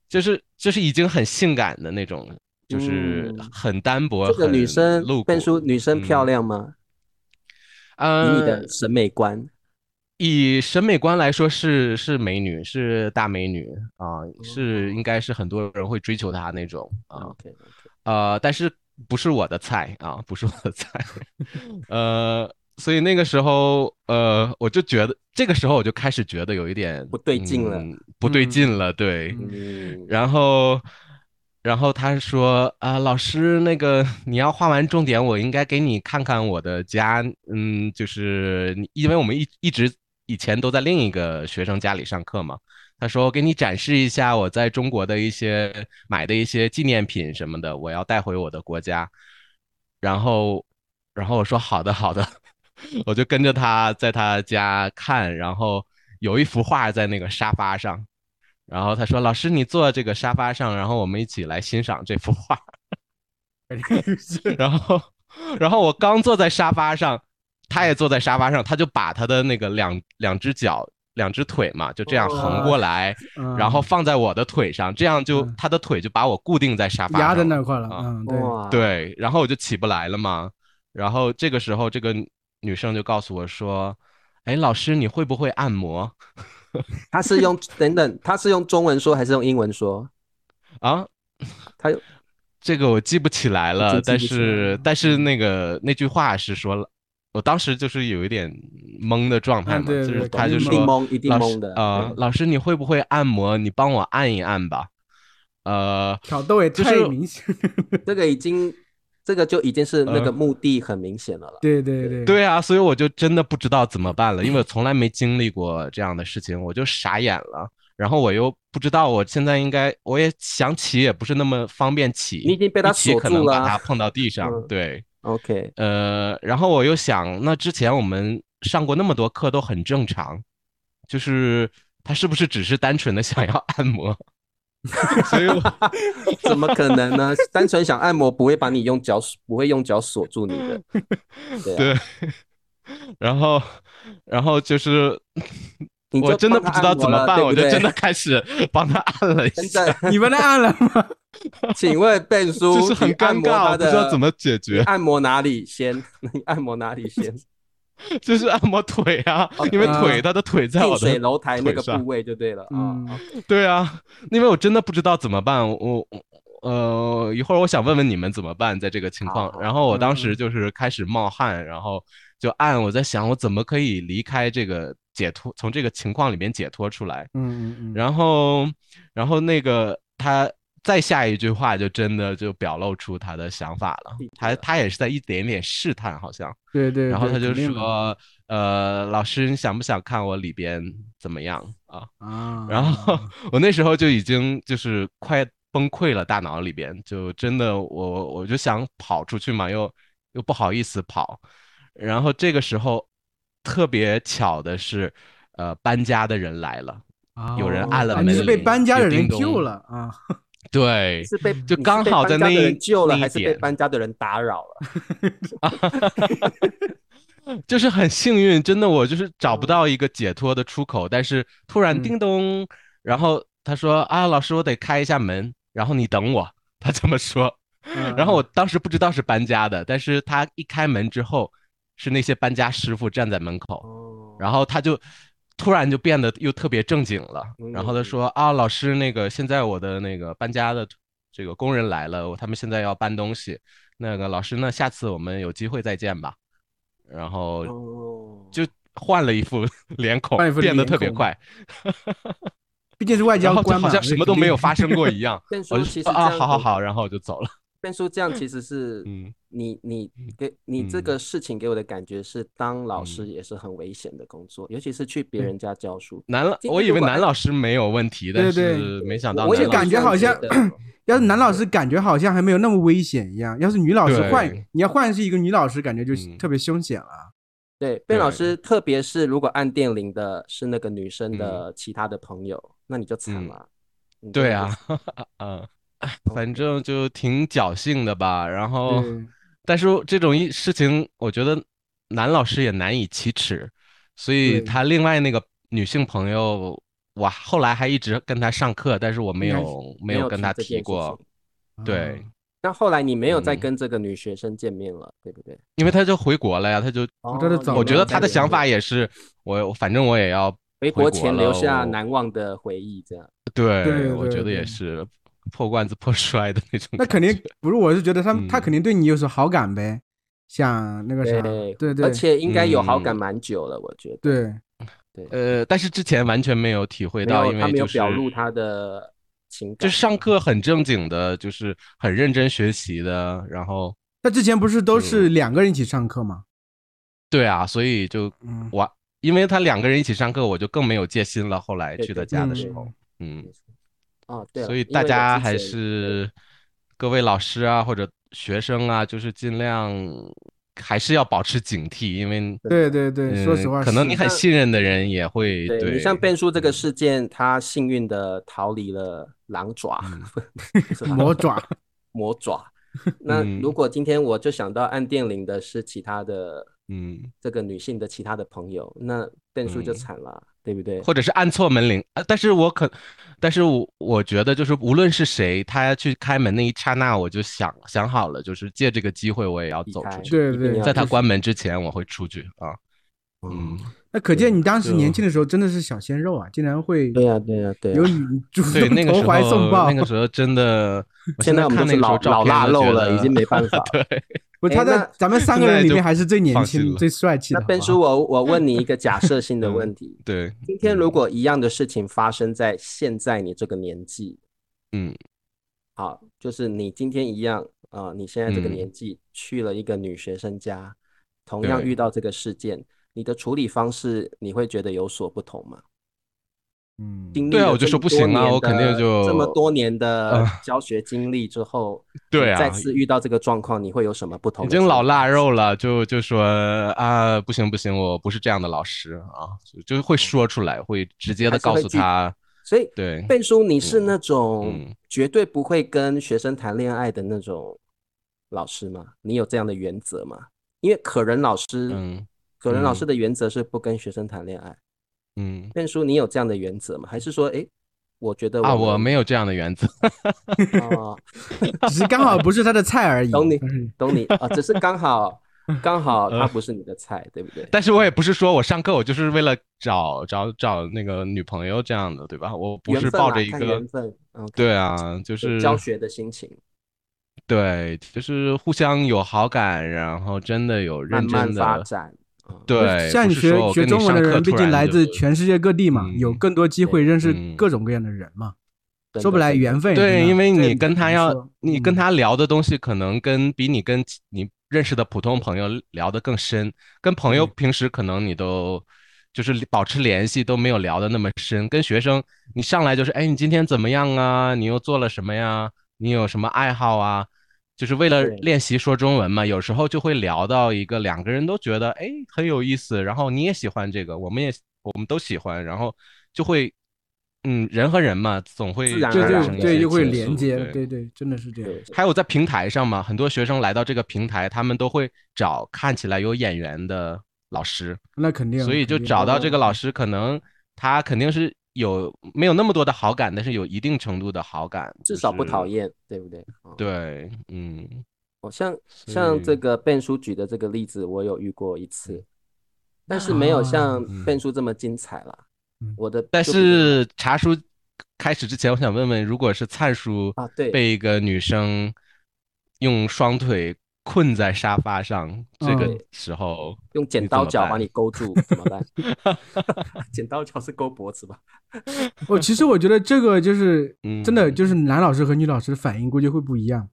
就是就是已经很性感的那种，就是
嗯
很单薄。
这个女
很
生
露，
变
骨
叔女生漂
嗯
亮吗？以
嗯，
你的审美观，
以审美观来说是是美女，是大美女啊，
哦
是应该是很多人会追求她那种啊，
OK，OK
呃，但是不是我的菜啊，不是我的 菜，呃，所以那个时候呃，我就觉得这个时候我就开始觉得有一点
不对劲了
嗯不对
嗯
劲了，对，
嗯
嗯，
然后，然后他说啊、老师，那个你要画完重点，我应该给你看看我的家。嗯，就是你因为我们一一直以前都在另一个学生家里上课嘛。他说我给你展示一下我在中国的一些买的一些纪念品什么的，我要带回我的国家。然后，然后我说好的好的， 我就跟着他在他家看，然后有一幅画在那个沙发上，然后他说老师你坐这个沙发上，然后我们一起来欣赏这幅画， 然后，然后我刚坐在沙发上，他也坐在沙发上，他就把他的那个两两只脚。两只腿嘛，就这样横过来，然后放在我的腿上，这样就
嗯
他的腿就把我固定在沙发上
压在
了
那块了，
啊
嗯，对，
哇，，
对，然后我就起不来了嘛。然后这个时候，这个女女生就告诉我说：“哎，老师，你会不会按摩
他是用等等，他是用中文说还是用英文说？
啊？
他用
这个我记不起来了，
真记
但
不起来
是
了嗯
但是那个那句话是说了，我当时就是有一点懵的状态
嗯
嘛，
对
就
对
是
懂
他
一
就
定
说
懵一定
老师
懵的嗯
呃
对，
老师你会不会按摩？你帮我按一按吧。呃，
挑逗也
就
太
是
明显了，
这个已经，这个就已经是那
呃
个目的很明显了了。
对对对，
对啊，所以我就真的不知道怎么办了，因为 我从来没经历过这样的事情，我就傻眼了。然后我又不知道，我现在应该我也想起也不是那么方便起，
你已经被
一
它
起
锁
可
住
能
了
把
啊
它碰到地上。
嗯
对，
OK，
呃，然后我又想，那之前我们上过那么多课都很正常，就是他是不是只是单纯的想要按摩？ 所以我
怎么可能呢？单纯想按摩不会把你用脚不会用脚锁住你的。对啊
对，然后，然后就是，
你
我
就
真的
帮
不
他
知道
按摩
怎么
了
办，
对
我
不
就
对
真的开 始帮他按了一
真
下，
的，
你们那按了
啊
吗？
请问笨 叔，
就是很
你按
尴
摩
尬，
他
我不知道
的
怎么解
你
决，
按摩哪里先？ 你按摩哪里先？
就是按摩腿啊，因为
啊
腿他的腿 在
近
我
哦嗯水
的，
楼台那
腿
个
上
部位就对了啊
嗯。
哦
对啊，因为我真的不知道怎么办，我我呃，一会儿我想问问你们怎么办，在这个情况
好，
然后我当
嗯
时
嗯
就是开始冒汗，然后就按，我在想我怎么可以离开这个解脱，从这个情况里面解脱出来。
嗯嗯嗯，
然后，然后那个他再下一句话就真的就表露出他的想法了
理解。
他
了
他也是在一点点试探，好像。
对对，
然后
对
他就
肯定的
说：“呃，老师，你想不想看我里边怎么样啊
啊？”，
然后
嗯
我那时候就已经就是快崩溃了，大脑里边就真的我我就想跑出去嘛，又又不好意思跑。然后这个时候特别巧的是，呃，搬家的人来了。 有人按了
啊你是
门
被
铃
搬家
有
的人
叮咚
救了啊？
对，
是被
就
你是
刚
被
好在
搬家
那
的
一
人救了，
那一
还是被
点
搬家的人打扰了？
就是很幸运，真的，我就是找不
嗯
到一个解脱的出口，但是突然
嗯
叮咚，然后他说啊，老师，我得开一下门，然后你等我，他这么说，
嗯
然后我当时不知道是搬家的，但是他一开门之后，是那些搬家师傅站在门口，
哦
然后他就突然就变得又特别正经了，然后
嗯
他说啊，老师，那个现在我的那个搬家的这个工人来了，我他们现在要搬东西，那个老师呢，下次我们有机会再见吧。然后
哦，
就换了一副脸孔
换了一副，
变得
脸
特别
孔
快，
毕竟是外
然
交
后就
官
好
嘛，
像什么都没有发生过一 样
变。
我
叔
就
其
说
实这
啊，
样
好好
很
好，然后我就走了。
变叔这样其实是，
嗯
你你给你这
嗯
个事情给我的感觉是，当老
嗯
师也是很危险的工作，尤其是去别
对
人家教书。
男老，
今
我
天
以
如
为
果
男
按
老师没有问题，但
对对
是没想到
我
男
也
老
感
师
觉好像
这样觉得
要是男老师，感觉好像还没有那么危险一样。要是女老师
对
换，你要换是一个女老师，感觉就
嗯
特别凶险了。
对，变老
对
师，特别是如果按电铃的是那个女生
嗯
的其他的朋友，那你就惨
嗯
了。你真的
对
就
啊
惨，
嗯，反正就挺侥幸的吧。然后
对，
但是这种一事情，我觉得男老师也难以启齿，所以
对
他另外那个女性朋友，我后来还一直跟他上课，但是我没
应该是
有
没
没有
有
跟
提
他
这
提
件事
过
情。
对
啊
那后来你没有再
嗯
跟这个女学生见面了，对不对？
因为他就回国了呀，他就，
我这是
哦你
早
我
没
觉
有
得
就
再
他的
联
想
络
法也是，我我反正我也要
回
国
国前留
了
下
我
难忘的回忆，这样。
对，
对
我
对
觉得也
对
是破罐子破摔的那种。
那肯定不是，我是觉得他他
嗯
肯定对你有所好感呗，想那个啥，对对，
而且应该有好感
嗯
蛮久了，我觉得。
对
对，
呃，但是之前完全没有体会
没
到，
有
因
他
为
没有
就是
表露他的情
就
感，
上课很正经的，就是很认真学习的，然后
他之前不是都是两个人一起上课吗？
对啊，所以就
嗯，
我因为他两个人一起上课，我就更没有戒心了。后来
对
去
对
他家的时
嗯
候，嗯，
哦，对了，
所以
因
大
为我
家
之
还
前
是各位老师啊或者学生啊，就是尽量还是要保持警惕，因为
对对对，说实
嗯
话是，
可能你很
像
信任的人也会
对你像
对嗯
变叔这个事件，他幸运的逃离了狼爪、
嗯
是吧
魔爪，
魔 爪。那
嗯
如果今天我就想到按电铃的是其他的
嗯。
这个女性的其他的朋友，那变叔就
嗯
惨了，对不对？
或者是按错门铃啊。但是我可，但是我我觉得就是无论是谁，他去开门那一刹那，我就想想好了，就是借这个机会我也要
离
走
开啊
出去，
对
一定
对
要
就
在他
是
关门之前我会出去啊。嗯，
那可见
对
你当时
就
年轻的时候真的是小鲜肉啊，竟然会
对呀、对呀、啊对、
有
呀。
你主
嗯 对，那
动
个
投
时
怀送
候
抱
那。个时候真的，我
现在
在
我们
看
都
那
是
个时候
老
照
老
片
腊
都
肉
觉
了，已
得
经没 办法。
不，他
哎
在
那
咱们三个
现
人
在
里
就
面还是最年
放弃
轻、
了
最帅气
那
的。
边
好
叔，我我问你一个假设性的
啊嗯
问题：
对，
今天如果一样的事情发生在现在你这个年纪，
嗯
好，就是你今天一样啊、呃你现在这个
嗯
年纪去了一个女学生家，同样
对
遇到这个事件，你的处理方式你会觉得有所不同吗？
不好嗯，
经历
对啊
了
我就
这
说
么
不
多
行啊
年
我肯定
的这么
就
多年的
呃
教学经历之后，
对
你再
啊
次遇到这个状况，你会有什么不同
已
的处理方
经
式？
老腊肉了，就就说啊，不行不行，我不是这样的老师啊，就就会说出来，会直接
还
的
是
告
会
诉
拒绝
他，
所以，
对
贝叔，你是那种
嗯
绝对不会跟学生谈恋爱的那种老师吗？你有这样的原则吗？因为可人老师，
嗯
可人老
嗯
师的原则是不跟学生谈恋爱。
嗯
贝叔，你有这样的原则吗？还是说，哎，我觉得
啊，
我
我
们
没有这样的原则，
哦，
只是刚好不是他的菜而已。
懂你
嗯
懂你啊，只是刚好刚好他不是你的菜，对不对？
但是我也不是说我上课我就是为了找找找那个女朋友这样的，对吧？我不
缘
是
分
抱
啦
着一
看
个
缘分，OK，
对啊，就
就是教学的心情，
对，就是互相有好感，然后真的有认
慢慢
真
发
的，
展啊。
对，
像
不
你
是
学
说我
学
跟你
中文的
上课
人，毕
突
竟
然
来
就
自全世界各地嘛，有
嗯
更多机会认识
嗯
各种各样的人嘛。
真
说不
的
来
真的
缘分也真的，
对，因为
这
你
很
跟他
难
要
说，
你
嗯
跟他聊的东西，可能跟比你跟其你认识的普通朋友聊得更深。跟朋友
对
平时可能你都就是保持联系都没有聊得那么深。跟学生，你上来就是，哎，你今天怎么样啊？你又做了什么呀？你有什么爱好啊？就是为了
对
练习说中文嘛，有时候就会聊到一个两个人都觉得哎很有意思，然后你也喜欢这个，我们也我们都喜欢，然后就会，嗯，人和人嘛，总会
自然
对
而然
对
的
对，又会
情
连
愫
接，
对
对对，真的是这样。
对
还有在平台上嘛，很多学生来到这个平台，他们都会找看起来有眼缘的老师，
那肯定，
所以就
肯定
找到这个老
嗯
师，可能他肯定是有没有那么多的好感，但是有一定程度的好感，
至
就
少不
是
讨。厌，对不对？啊
对，嗯，
哦，像
所
像这
以
个笨叔举的这个例子，我有遇过一
嗯
次，但是没有
啊
像
嗯
笨叔这么精彩啦
嗯。
我的
但
就比较
是茶叔开始之前，我想问问，如果是灿叔
啊，对，
被一个女生用双腿困在沙发上，这个
嗯
时候
用剪
你怎
刀
么
脚把
办
你勾 住，怎么办？剪刀脚是勾脖子吧？
我哦其实我觉得这个就是
嗯
真的，就是男老师和女老师的反应估计会不一样，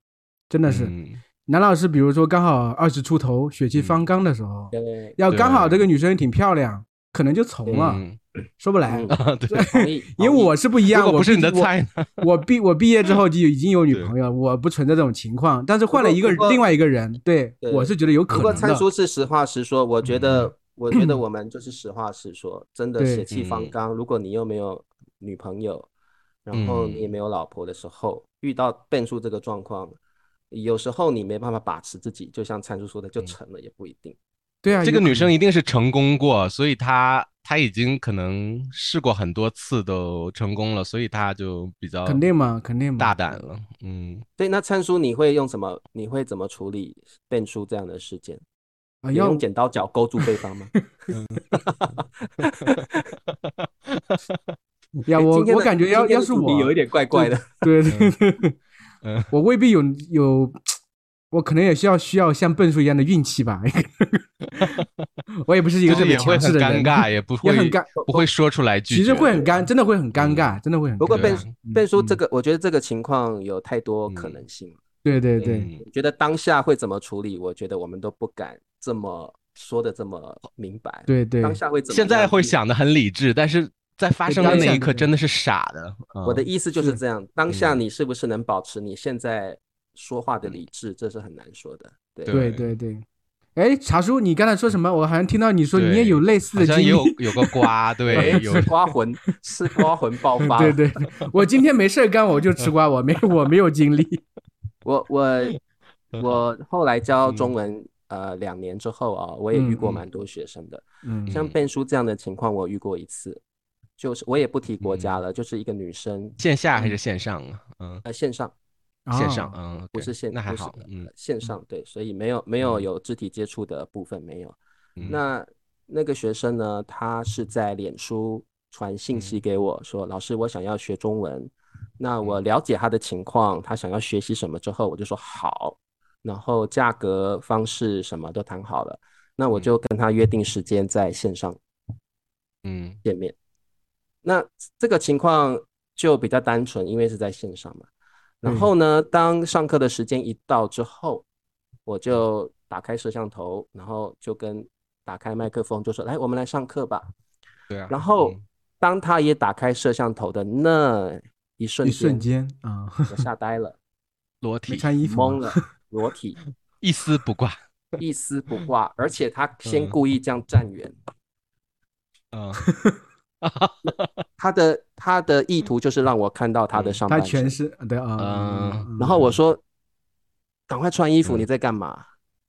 真的是。
嗯
男老师比如说刚好二十出头，血气
嗯
方刚的时候，
对，
要刚好这
对
个女生挺漂亮，可能就从了，
嗯
说不来
嗯。
啊，对。
同意，
因为
同意
我是不一
如
样，
果
我
不是
毕
你的
竟我
菜呢？
我毕我毕业之后就已经有女
对
朋友了，我不存在这种情况。但是换了
过
一个
不过
另外一个人，对
对
我是觉得有
不
可
过
能
参
的。嗯
叔是实话实说，我觉得， 我觉得我们就是实话实说，真的
对
血气方
嗯
刚。如果你又没有女朋友，然后你也
嗯
没有老婆的时候，遇到变数这个状况，有时候你没办法把持自己，就像参叔说的，就
嗯
成了也不一定。
对啊，
这个
有可
女生
能
一定是成功过，所以她她已经可能试过很多次都成功了，所以她就比较
肯定嘛，肯定嘛，
大胆了。嗯，
对，那参叔你会用什么？你会怎么处理变数这样的事件？
啊，
你
要
用剪刀脚勾住对方吗？
要
诶
我
今天
我
的
感觉
今
要
天
要
的
是
主题
我
有一点怪怪的。
对对对，
嗯
我未必有有，我可能也需要需要像笨叔一样的运气吧。 我也不是一个
就
特
是
别
也会
强势
很
的
尴
人，
尬，也不
也
会
很尴，
不会说出来拒绝。
其实会很尴，真的会很尴尬，真的会很尴尬。
不过
对
变
啊
变叔这
嗯
个，我觉得这个情况有太多可
嗯
能性。
对对对，
嗯
我觉得当下会怎么处理，我觉得我们都不敢这么说的这么明白。
对对
当下会怎么？
现在会，想的很理智，但是在发
对
生的
当
那
下
一刻
对
真的是傻的。
我的
嗯
意思就是
是
这样。当下
嗯
你是不是能保持你现在说话的理智，这是很难说的。对
对对对。哎，茶叔，你刚才说什么？我好像听到你说你也
对
有类似
好
的经
像
历。
也有有个瓜，对， 有
吃瓜魂，吃瓜魂爆 发。
对对，对我今天没事儿干，我就吃瓜，我 没我没有经历。
我 我
很好
我后来教中
嗯
文，呃，两年之后啊，我也遇过
嗯嗯
蛮多学生的。
嗯
像
嗯
变叔这样的情况，我遇过一次，就是我也不提国
嗯
家了，就是一个女生，
线下还是线上啊？嗯，
呃，线上
线上，
哦
嗯，
不
OK，
是线，
那还
不是
好，
呃
嗯
线上对，所以没有没有
嗯
有肢体接触的部分没有。
嗯
那那个学生呢，他是在脸书传信
嗯
息给我说，老师，我想要学中文。那
嗯
我了解他的情况，他想要学习什么之后，我就说好，然后价格、方式什么都谈好了，那我就跟他约定时间在线上
嗯
见面。那这个情况就比较单纯，因为是在线上嘛。
嗯
然后呢，当上课的时间一到之后，我就打开摄像头，然后就跟打开麦克风，就说：“来，我们来上课吧。
对啊”。
然后
嗯
当他也打开摄像头的那一瞬
一
间，
瞬间啊，
我吓呆了，
裸
没
体
穿衣服吗
懵了，裸体，
一丝不挂，
一丝不挂，而且他先
嗯
故意这样站远，
嗯，
他的他的意图就是让我看到他的
嗯
上
他
半身。
全是对啊，
嗯
嗯
然后我说：“赶快穿衣服，
嗯
你在干嘛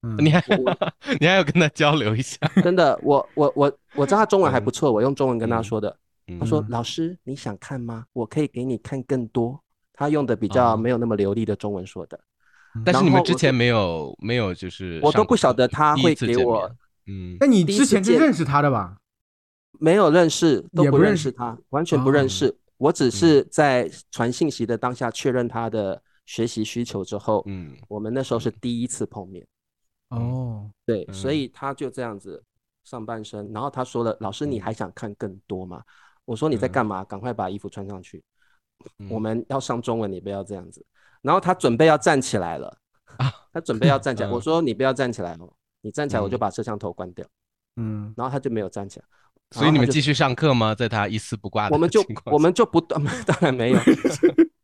嗯
你还
我
你还要跟他交流一下，？”
真的，我我我我知道他中文还不错，我用中文跟他
嗯
说的。他
嗯
说
嗯：“
老师，你想看吗？我可以给你看更多。”他用的比较
哦
没有那么流利的中文说的，
但是你
然
们
后
之
我
前
就
没有没有就是
我都
上
不
过
晓
课
得他
第一
会
次
给
见
我
面嗯
那你
第一
之
次
前是
见
认识他的吧？
没有认识，都
也
不
不
认
认
识
识
他，完全不
哦
认识。我
嗯
只是在传信息的当下确认他的学习需求之后，
嗯
我们那时候是第一次碰面。嗯
哦，
对，所
嗯
以他就这样子上半身，然后他说了：“老师，你还
嗯
想看更多吗？”我说：“你在
嗯
干嘛？赶快把衣服穿上去，我
嗯
们要上中文，你不要这样子。”然后他准备要站起来了，
啊
他准备要站起来，我
嗯
说：“你不要站起来哦，你站起来我就
嗯
把摄像头关掉。”
嗯，
然后他就没有站起来，然
所以
后
你
他
们
就
继续上课吗？在他一丝不挂的
我们就
情况
我
下
们就不断， 当然没有。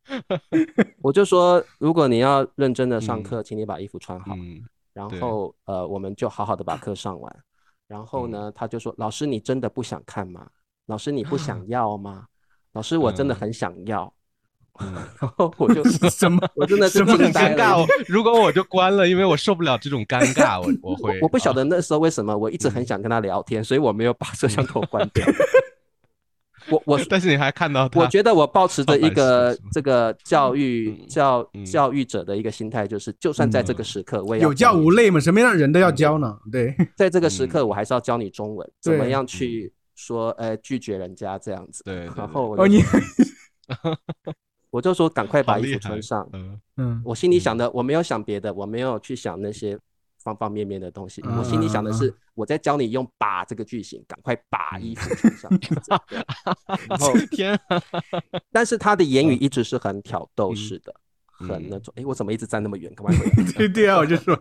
我就说，如果你要认真的上
嗯
课，请你把衣服穿好，
嗯
然
对
后呃，我们就好好的把课上完。然后
嗯
呢，他就说：“老师，你真的不想看吗？老师，你 不想要吗？老师，我真的
嗯
很想要。
嗯
然后我就
什么？
我真的是
什么
惊
很
呆
尴
了
尬，我哦如果我就关了，因为我受不了这种尴尬，我我会
我不晓
啊嗯
得那时候为什么我一直很想跟他聊天，所以我没有把摄像头关 掉。我我
但是你还看到他，
我觉得我保持着一个
上半身是吗
这个教育
嗯
教
嗯
教育者的一个心态，就是就算在这个时刻，我也要
有教
你
无，类嘛，什么样的人都要
嗯
教呢？对，
在这个时
嗯
刻我还是要教你中文，怎么
对
样去说呃拒绝人家这样子。
对对
然
对
后
哦
我就
你，
我就说赶快
好
把衣
厉
服
害
穿上。
嗯
嗯，
我心里想的我没有想别的，我没有去想那些方方面面的东西，我心里想的
嗯嗯嗯
是我在教你用“把”这个句型，赶快把衣服 穿上。这样子对然后
天啊，
但是他的言语一直是很挑逗
嗯
式的，
嗯
很那种，哎，我怎么一直站那么远？赶快回来
对对啊，我就 说，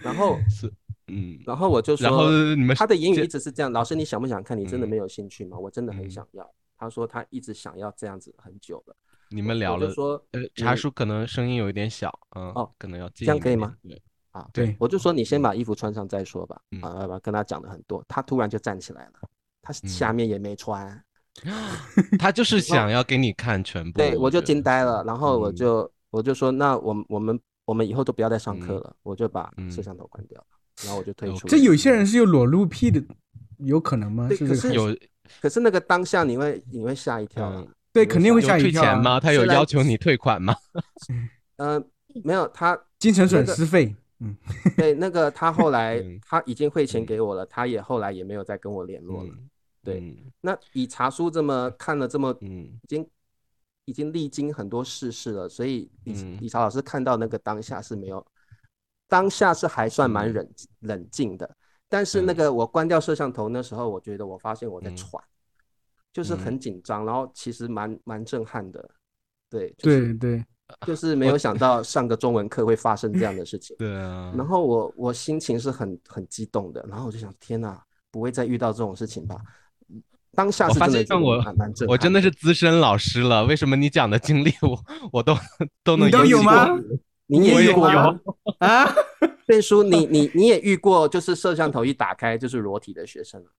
然后，
是嗯，
然后我就说，
然后你们
他的言语
这
一直是这样，老师你想不想看？你真的
嗯
没有兴趣吗？我真的很
嗯
想要。他说他一直想要这样子很久了。
你们聊
我就
了，
说
呃，茶
你
叔可能声音有一点小，嗯
哦，
可能要
这
近
样
一
可以
点
吗？
对
啊，
对
我就说你先把衣服穿上再说吧。
嗯
啊，跟他讲了很多，他突然就站起来了，他
嗯
下面也没穿。
他就是想要给你看全部，
对，我就
觉
惊
得
呆了，然后我
嗯
就、我就说，那我们我们我们以后都不要再上课
嗯
了，我就把摄
嗯哦
像头关掉了，然后我就退出了。
这有些人是有裸露癖的，有可能吗？
对
是
可
这个
是
有
可是那个当下你会你会吓一跳啊，
嗯
对，
你
肯定会
有
吓一
退
跳啊
钱吗？他有
虽然
要求你退款吗？
呃，没有他
精神损
那个
失费，嗯，
对那个他后来
嗯
他已经汇钱
嗯
给我了，他也后来也没有再跟我联络了。
嗯，
对
嗯
那以茶叔这么看了这么
嗯
已经已经历经很多世事了，所以理
嗯
理查老师看到那个当下是没有，当下是还算蛮
嗯
冷冷静的，但是那
嗯
个我关掉摄像头那时候，我觉得我发现我在
嗯
喘，就是很紧张，然后其实蛮蛮震撼的，对，就是
对 对，
就是没有想到上个中文课会发生这样的事情，
对啊，
然后我我心情是很很激动的，然后我就想，天哪，不会再遇到这种事情吧？嗯当下
我
是
发
真的
现
觉得
我
蛮蛮震撼，
我真的是资深老师了，为什么你讲的经历我我都都能
你都
引
有
起
吗？
我
你
我
也遇
也
过吗
有？
啊，
贝叔，你你你也遇过，就是摄像头一打开就是裸体的学生啊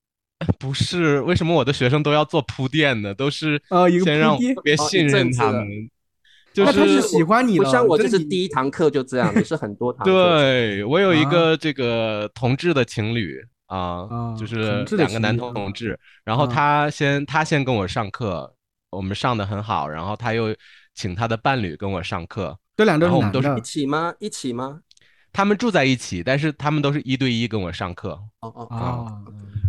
不是，为什么我的学生都要做铺垫呢？都是
哦有个
先
铺
让我
垫
特别
哦一
信任
阵子
他
了
们，就
那
是
他是喜欢你
不
了，
像我，就
真的
是第一堂课就这样，你是很多堂课。
对我有一
啊
个这个同志的情侣啊
啊，同
就是
志的
两个
情
男
侣
同志，然后
啊
他先他先跟我上课，我们上的很好，然后他又请他的伴侣跟我上课，
这两个
然后
都
我
是男
们都是
的
一，起吗？一起吗？
他们住在一起，但是他们都是一对一跟我上课。
哦哦哦，
啊，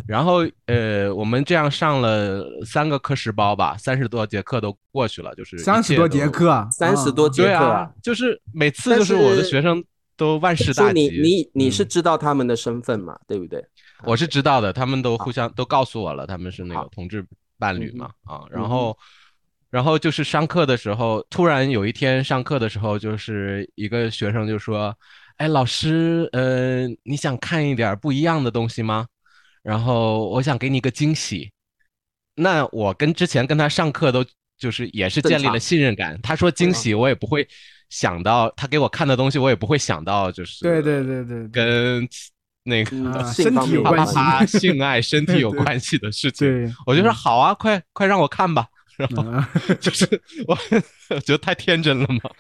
然后呃，我们这样上了三个课时包吧，三十多节课都过去了，就是一
三十
切
多
都
节课啊，
三十多节
对
课
啊，，就是每次
但
就是我的
是
学生都万事
所
大
以
吉。
你你你是
嗯
知道他们的身份嘛，对不对？
我是知道的，他们都互相都告诉我了，他们是那个同志伴侣
啊嗯哼
嘛啊，然后然后就是上课的时候，突然有一天上课的时候，就是一个学生就说：“哎，老师，呃，你想看一点儿不一样的东西吗？然后我想给你一个惊喜。”那我跟之前跟他上课都就是也是
正
建立了
常嗯
信任感，他说惊喜，我也不会想到他给我看的东西，我也不会想到就是
对对对对对
跟那个。
嗯
啊，
性
身
方
体
面
有
啪
关
啪
系
啪，性爱、身体有
对
关系的事情。
对，
我就说好啊，快快让我看吧。 然后
嗯啊
就是我 我觉得太天真了 嘛，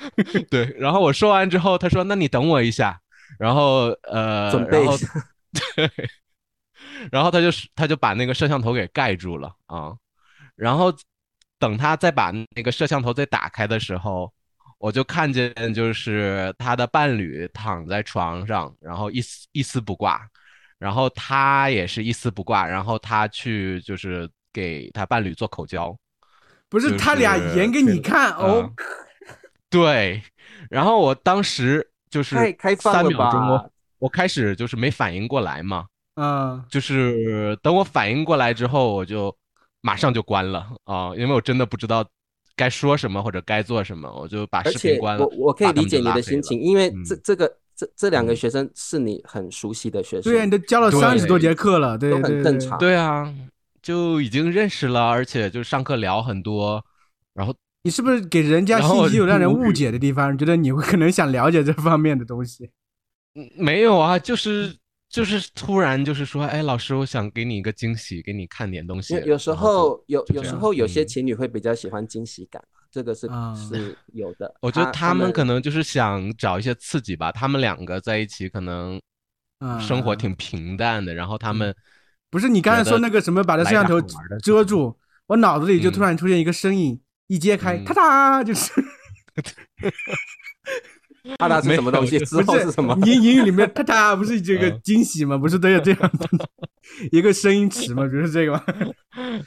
对。然后我说完之后，他说：“那你等我一下。”然后呃，
准备
然
一
后
下
然后他就是他就把那个摄像头给盖住了啊。然后等他再把那个摄像头再打开的时候，我就看见就是他的伴侣躺在床上，然后一丝一丝不挂，然后他也是一丝不挂，然后他去就是给他伴侣做口交。
不是他俩
就是
演给你看哦
嗯，对，然后我当时就是
太开放
三
了
秒钟
吧
我我开始就是没反应过来嘛，
嗯，
就是等我反应过来之后，我就马上就关了啊，因为我真的不知道该说什么或者该做什么，我就把
而
视频
且
关了
我。我可以
把他
理
们
解
就
你
拉黑
的心
了
情，因为这
嗯
这个这这两个
嗯
学生是你很熟悉的学生，
对啊呀，你都教了
对啊
三十多节课了，对
都
对
很
对，
正常
对啊，就已经认识了，而且就上课聊很多，然后
你是不是给人家
然后
信息有让人
就无
误
语
解的地方？觉得你会可 能想了解这方面的东西，
嗯没有啊，就是就是突然就是说，哎，老师，我想给你一个惊喜，给你看点东西。
因为有时
然后就
候有
就
有
这
时
样
候有些
嗯
情侣会比较喜欢惊喜感，这个是
啊
是有的。
我觉得
他
他们可能就是想找一些刺激吧，他们两个在一起可能
嗯，
生活挺平淡的，然后
嗯
他们
不是你刚才
觉
说
得
那个什么把这摄
来点
像头
好玩的事
遮
情
住，我脑子里就突
嗯
然出现一个声音，一揭开，
嗯
哒哒，就是
他那是什么东西？之
不
后
是
是什么？
英英语里面哒哒不是这个
嗯
惊喜吗？不是都有这样的一个声音词吗？不是这个吗？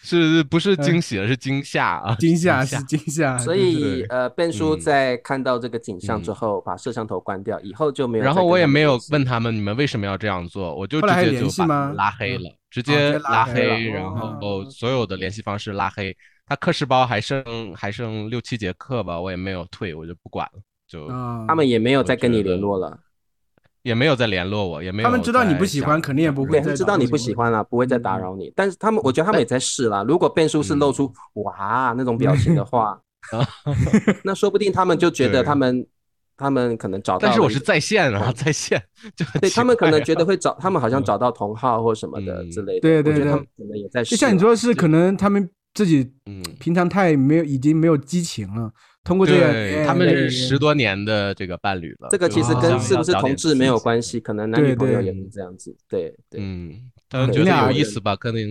是不是
嗯
惊喜了，是惊吓啊，
惊吓
吓
是惊吓，
所
对
对
以
对
呃，变叔
嗯
在看到这个景象之
嗯
后，把摄像头关掉，以 后就没有。
然后我也没有问，他们你们为什么要这样做，我就
后
直
来还
接
联
就
系
把他
吗
们拉黑
嗯
了，直
直接
接
拉
拉
黑
了
黑，然后
哦
所有的联系方式拉黑。他课时包还剩还剩六七节课吧，我也没有退，我就不管了，就
啊，
他们也没有
我
再跟
觉
你联
得
络了，
也没有再联络我，也没有
他们知道你不
再
喜
想
欢肯定也不会
对，
再
他知道
打
你
扰
不
你
喜
了
欢了，不会再
嗯
打
嗯
扰你。但是他们，我觉得他们也在试啦。如果变叔是露出哇那种表情的话
啊，
那说不定他们就觉得
对
他们他们可能找到
但
了一
是
个，
我是在线
嗯
啊，在线，就很
对
奇
他们可
怪
能
啊
觉得会找他们好像找到同号或什么的
嗯
之类的。
对
我
对
觉得
对
他们可能也在试
就
啦。
像你说，是可能他们自己
嗯
平常太没有，已经没有激情了。通过这个，
对，
哎
他们
对
是十多年的这个伴侣了。
这个
就
其实
好
跟
像
是
要
不是
找
同
点
志
刺
没有
激
关系，可能男女
对
朋友
对
也是这样子。对对。
嗯，他们
对
觉得
那
有
我
意
觉得
思吧？可能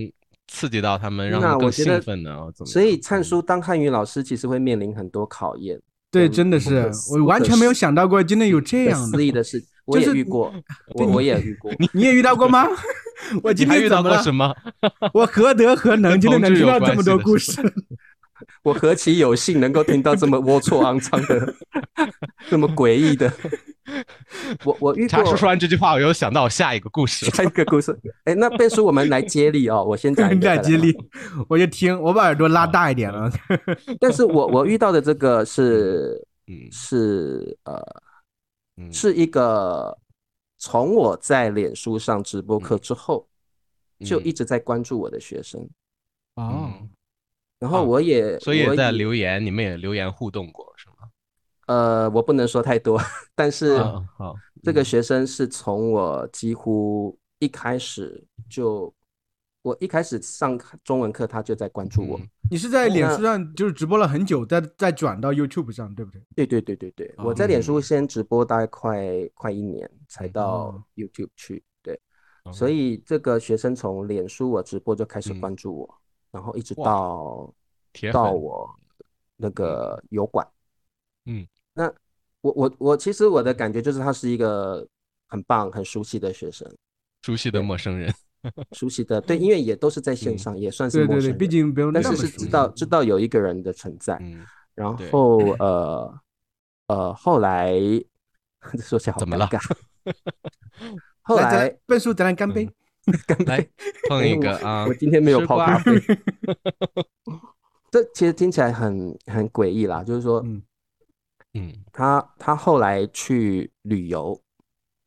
刺激到他们，让他
那
们
我
更
觉得
兴奋呢，哦怎么样？嗯
所以灿叔当汉语老师其实会面临很多考验，
对，
嗯
真的
不
是
可思
我完
不可
全没有
思
想到过，真的有这
不可
样的
思。议的事，我
就
也
是
遇
你
过，我我也遇过。
你也遇到过 吗？我
你
今
还
天
遇
怎
到
么
过
了？
什么？
我何德何能，
跟
今天
同
能
志
听
有
到这
关
么
系
多
的
故
事
事？
我何其有幸能够听到这么龌龊、肮脏 的、这么诡异的。我我遇
茶
过
叔说完这句话，我又想到我下一个故 事了。
下一个故事。哎，那便叔我们来接力哦，我先讲 一
你
个再
俩
来
接力，我就听，我把耳朵拉大一点了。
但是我我遇到的这个是
嗯
是呃
嗯
是一个从我在脸书上直播课之后，就
嗯
一直在关注我的学生，
哦，
然后
啊
我也
所以也
我
在留言，你们也留言互动过是吗？
呃，我不能说太多， 但是
嗯，好，
这个
嗯
学生是从我几乎一开始就，我一开始上中文课，他就在关注我。
嗯
你是在脸书上就是直播了很久，再再转到 YouTube 上，对不对？
对对对对对，我在脸
哦
书先直播大概快快一年，才
嗯
到 YouTube 去。对，所以这个学生从脸书我直播就开始
嗯
关注我，然后一直
哇
到
铁
到
粉
我那个油管。
嗯，
那我我我其实我的感觉就是他是一个很棒、很熟悉的学生，
熟悉的陌生 人，
熟悉的对，因为也都是在线上，也算
嗯
是
对
陌
对
生
对，
人，
毕竟不用那
但
么
是
熟
是
悉。
知道知道有一个人的存在，
嗯，
然
对
后呃呃，后来 这说起来好
怎么
尴
了
尬 后
来，咱
来
俩笨叔，咱俩干杯。
来碰一
我
个啊！
我今天没有
吃
泡咖
瓜
啡。 这其实听起来很很诡异啦，就是说
嗯
嗯
他他后来去旅游，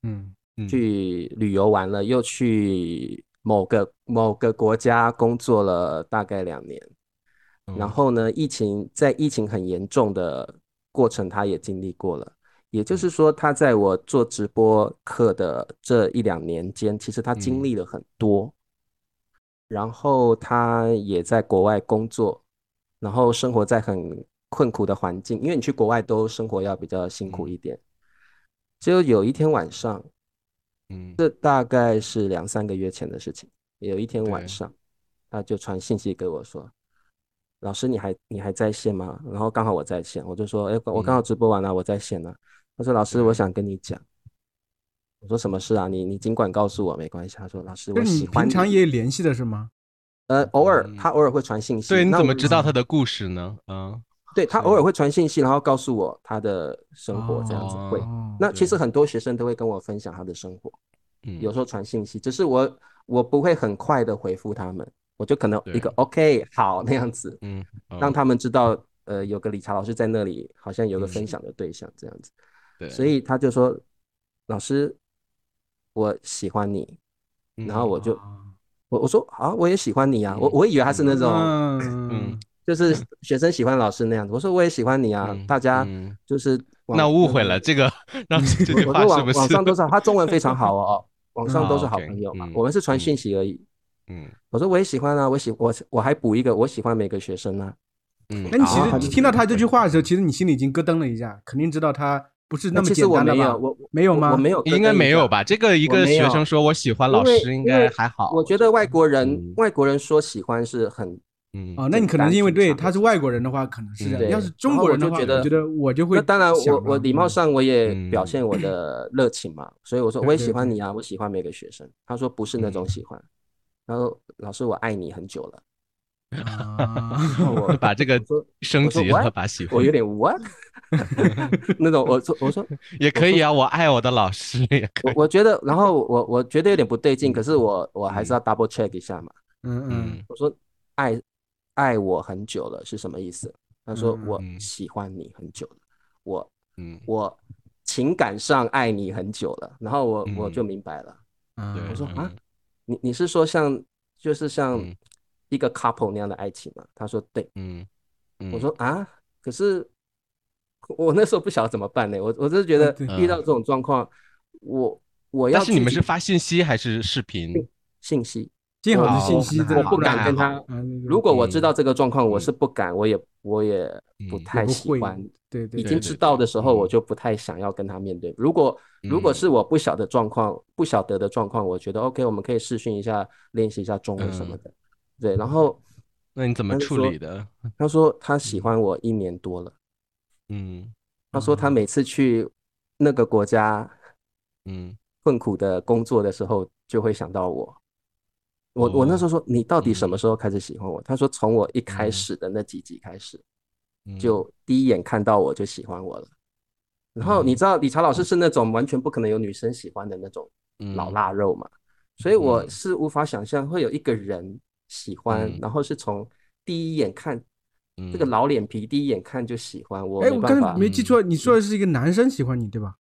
嗯
嗯，
去旅游完了又去某个某个国家工作了大概两年，然
嗯
后呢，疫情在疫情很严重的过程，他也经历过了。也
嗯
就是说，他在我做直播课的这一两年间，其实他经
嗯
历了很多，然后他也在国外工作，然后生活在很困苦的环境，因为你去国外都生活要比较辛苦
嗯
一点。就有一天晚上，
嗯
这大概是两三个月前的事情。有一天晚
对
上，他就传信息给我说：“老师，你还你还在线吗？”然后刚好我在线，我就说：“哎，我刚好
嗯
直播完了，我在线呢、他说：“老师，我
对
想跟你讲。”我说：“什么事啊？你你尽管告诉我，没关系。”他说：“老师，
就
我
是你
喜欢
平常也联系的是吗？
呃，偶尔
嗯
他偶尔会传信息。
对，你
那
怎么
我嗯
知道他的故事呢？啊，
对他
是
偶尔会传信息，然后告诉我他的生活这样子会。
哦
那其实
对
很多学生都会跟我分享他的生活。
嗯，
有时候传信息，只是我我不会很快的回复他们，我就可能一个
对
OK 好那样子，
嗯，哦
让他们知道，呃，有个理查老师在那里，好像有个分
嗯
享的对象这样子，
对，
所以他就说，老师，我喜欢你，
嗯
然后我就
啊
我我说啊，我也喜欢你啊，我
嗯
我以为他是那种
嗯
嗯
就是学生喜欢老师那样子，我说我也喜欢你啊，
嗯
大家
嗯
就是往
那误
往
会了，这个 让这
我
句
我
话
说
是
网
不是
网上都是好，他中文非常 好哦，网上都是
啊
好
，OK，
朋友嘛，
嗯
我们是传
嗯
讯息而已。
嗯
我说我也喜欢啊，我喜我我还补一个，我喜欢每个学生啊。
嗯，
那你其
啊他
实
就
你
是
听到他这句
对
话的时候，其实你心里已经咯噔了一下，肯定知道他不是那么
呃其实
简
我
单的
没
吧
有，？我我
没有
我
吗
我没有，
应该没有？吧？这个一
我
个
没
学
有
生说我喜欢
因
老
为
师，应
因为
该还好。
我觉得外国人
嗯
外国人说喜欢是很，
嗯
哦，那你可能
单
是因为
平
对
常的
他是外国人的话，可能是这
对
样。要是
嗯然
中
后
国
我
人的
就
话，
觉
我
得
觉得我就会
那当然
想
我
了
我礼貌
嗯
上我也
嗯
表现我的热情嘛，所以我说
对
我也
对
喜欢
对
你啊，我喜欢每个学生。他说不是那种
嗯
喜欢，然后老师我爱你很久了。
啊，
然后 我
把这个
我说
升
我说
级了，
what？
把喜欢
我有点 what 那种，我说我说
也可以啊，我爱我的老师也可
我
以。
我觉得，然后我我觉得有点不对劲，可是我我还
嗯
是要 double check 一下嘛。
嗯嗯，
嗯
我说爱爱我很久了是什么意思？他说我
嗯
喜欢你很久了，我
嗯，
我情感上爱你很久了。然后我我就
嗯
明白了，
啊
对，
我说啊
嗯，
你你是说像就是像
嗯
一个 couple 那样的爱情吗？他说对，
嗯
我
嗯，
说啊，可是我那时候不晓得怎么办呢。我我就觉
啊
得
对
遇到这种状况，我我
嗯
要
但是你
具
们
体
是嗯发信息还是视频？
信息。
幸好是信
我
息，
我
真的
不敢
然
跟
他
啊对对
如果我知
嗯
道这个状况，我
嗯
是不敢，我也我也不
嗯
太
不
喜
会
欢。
对对
已
对
经
对
知
对
道的时候，
嗯
我就不太想要跟他面对。如果如果
嗯
是我不晓得状况，不晓得的状况，我觉得 OK，我们可以试训一下，练习一下中文什么
嗯
的。对，然后
那你怎么
他就
处
说
理的？
他说他喜
嗯
欢我一年多了，
嗯
他说他每次去那个国家
嗯
困苦的工作的时候，就会想到我。我我那时候说你到底什
嗯
么时候开始喜欢我？他说从我一开
嗯
始的那几集开始。
嗯，
就第一眼看到我就喜欢我了。然后你
嗯
知道理查老师是那种完全不可能有女生喜欢的那种老
嗯
腊肉嘛，所以我
嗯
是无法想象会有一个人喜欢，
嗯
然后是从第一眼看这个
嗯
老脸皮，第一眼看就喜欢，我
哎，
没
我
办
刚
法嗯
才没记错，你说的是一个男生喜欢你对吧？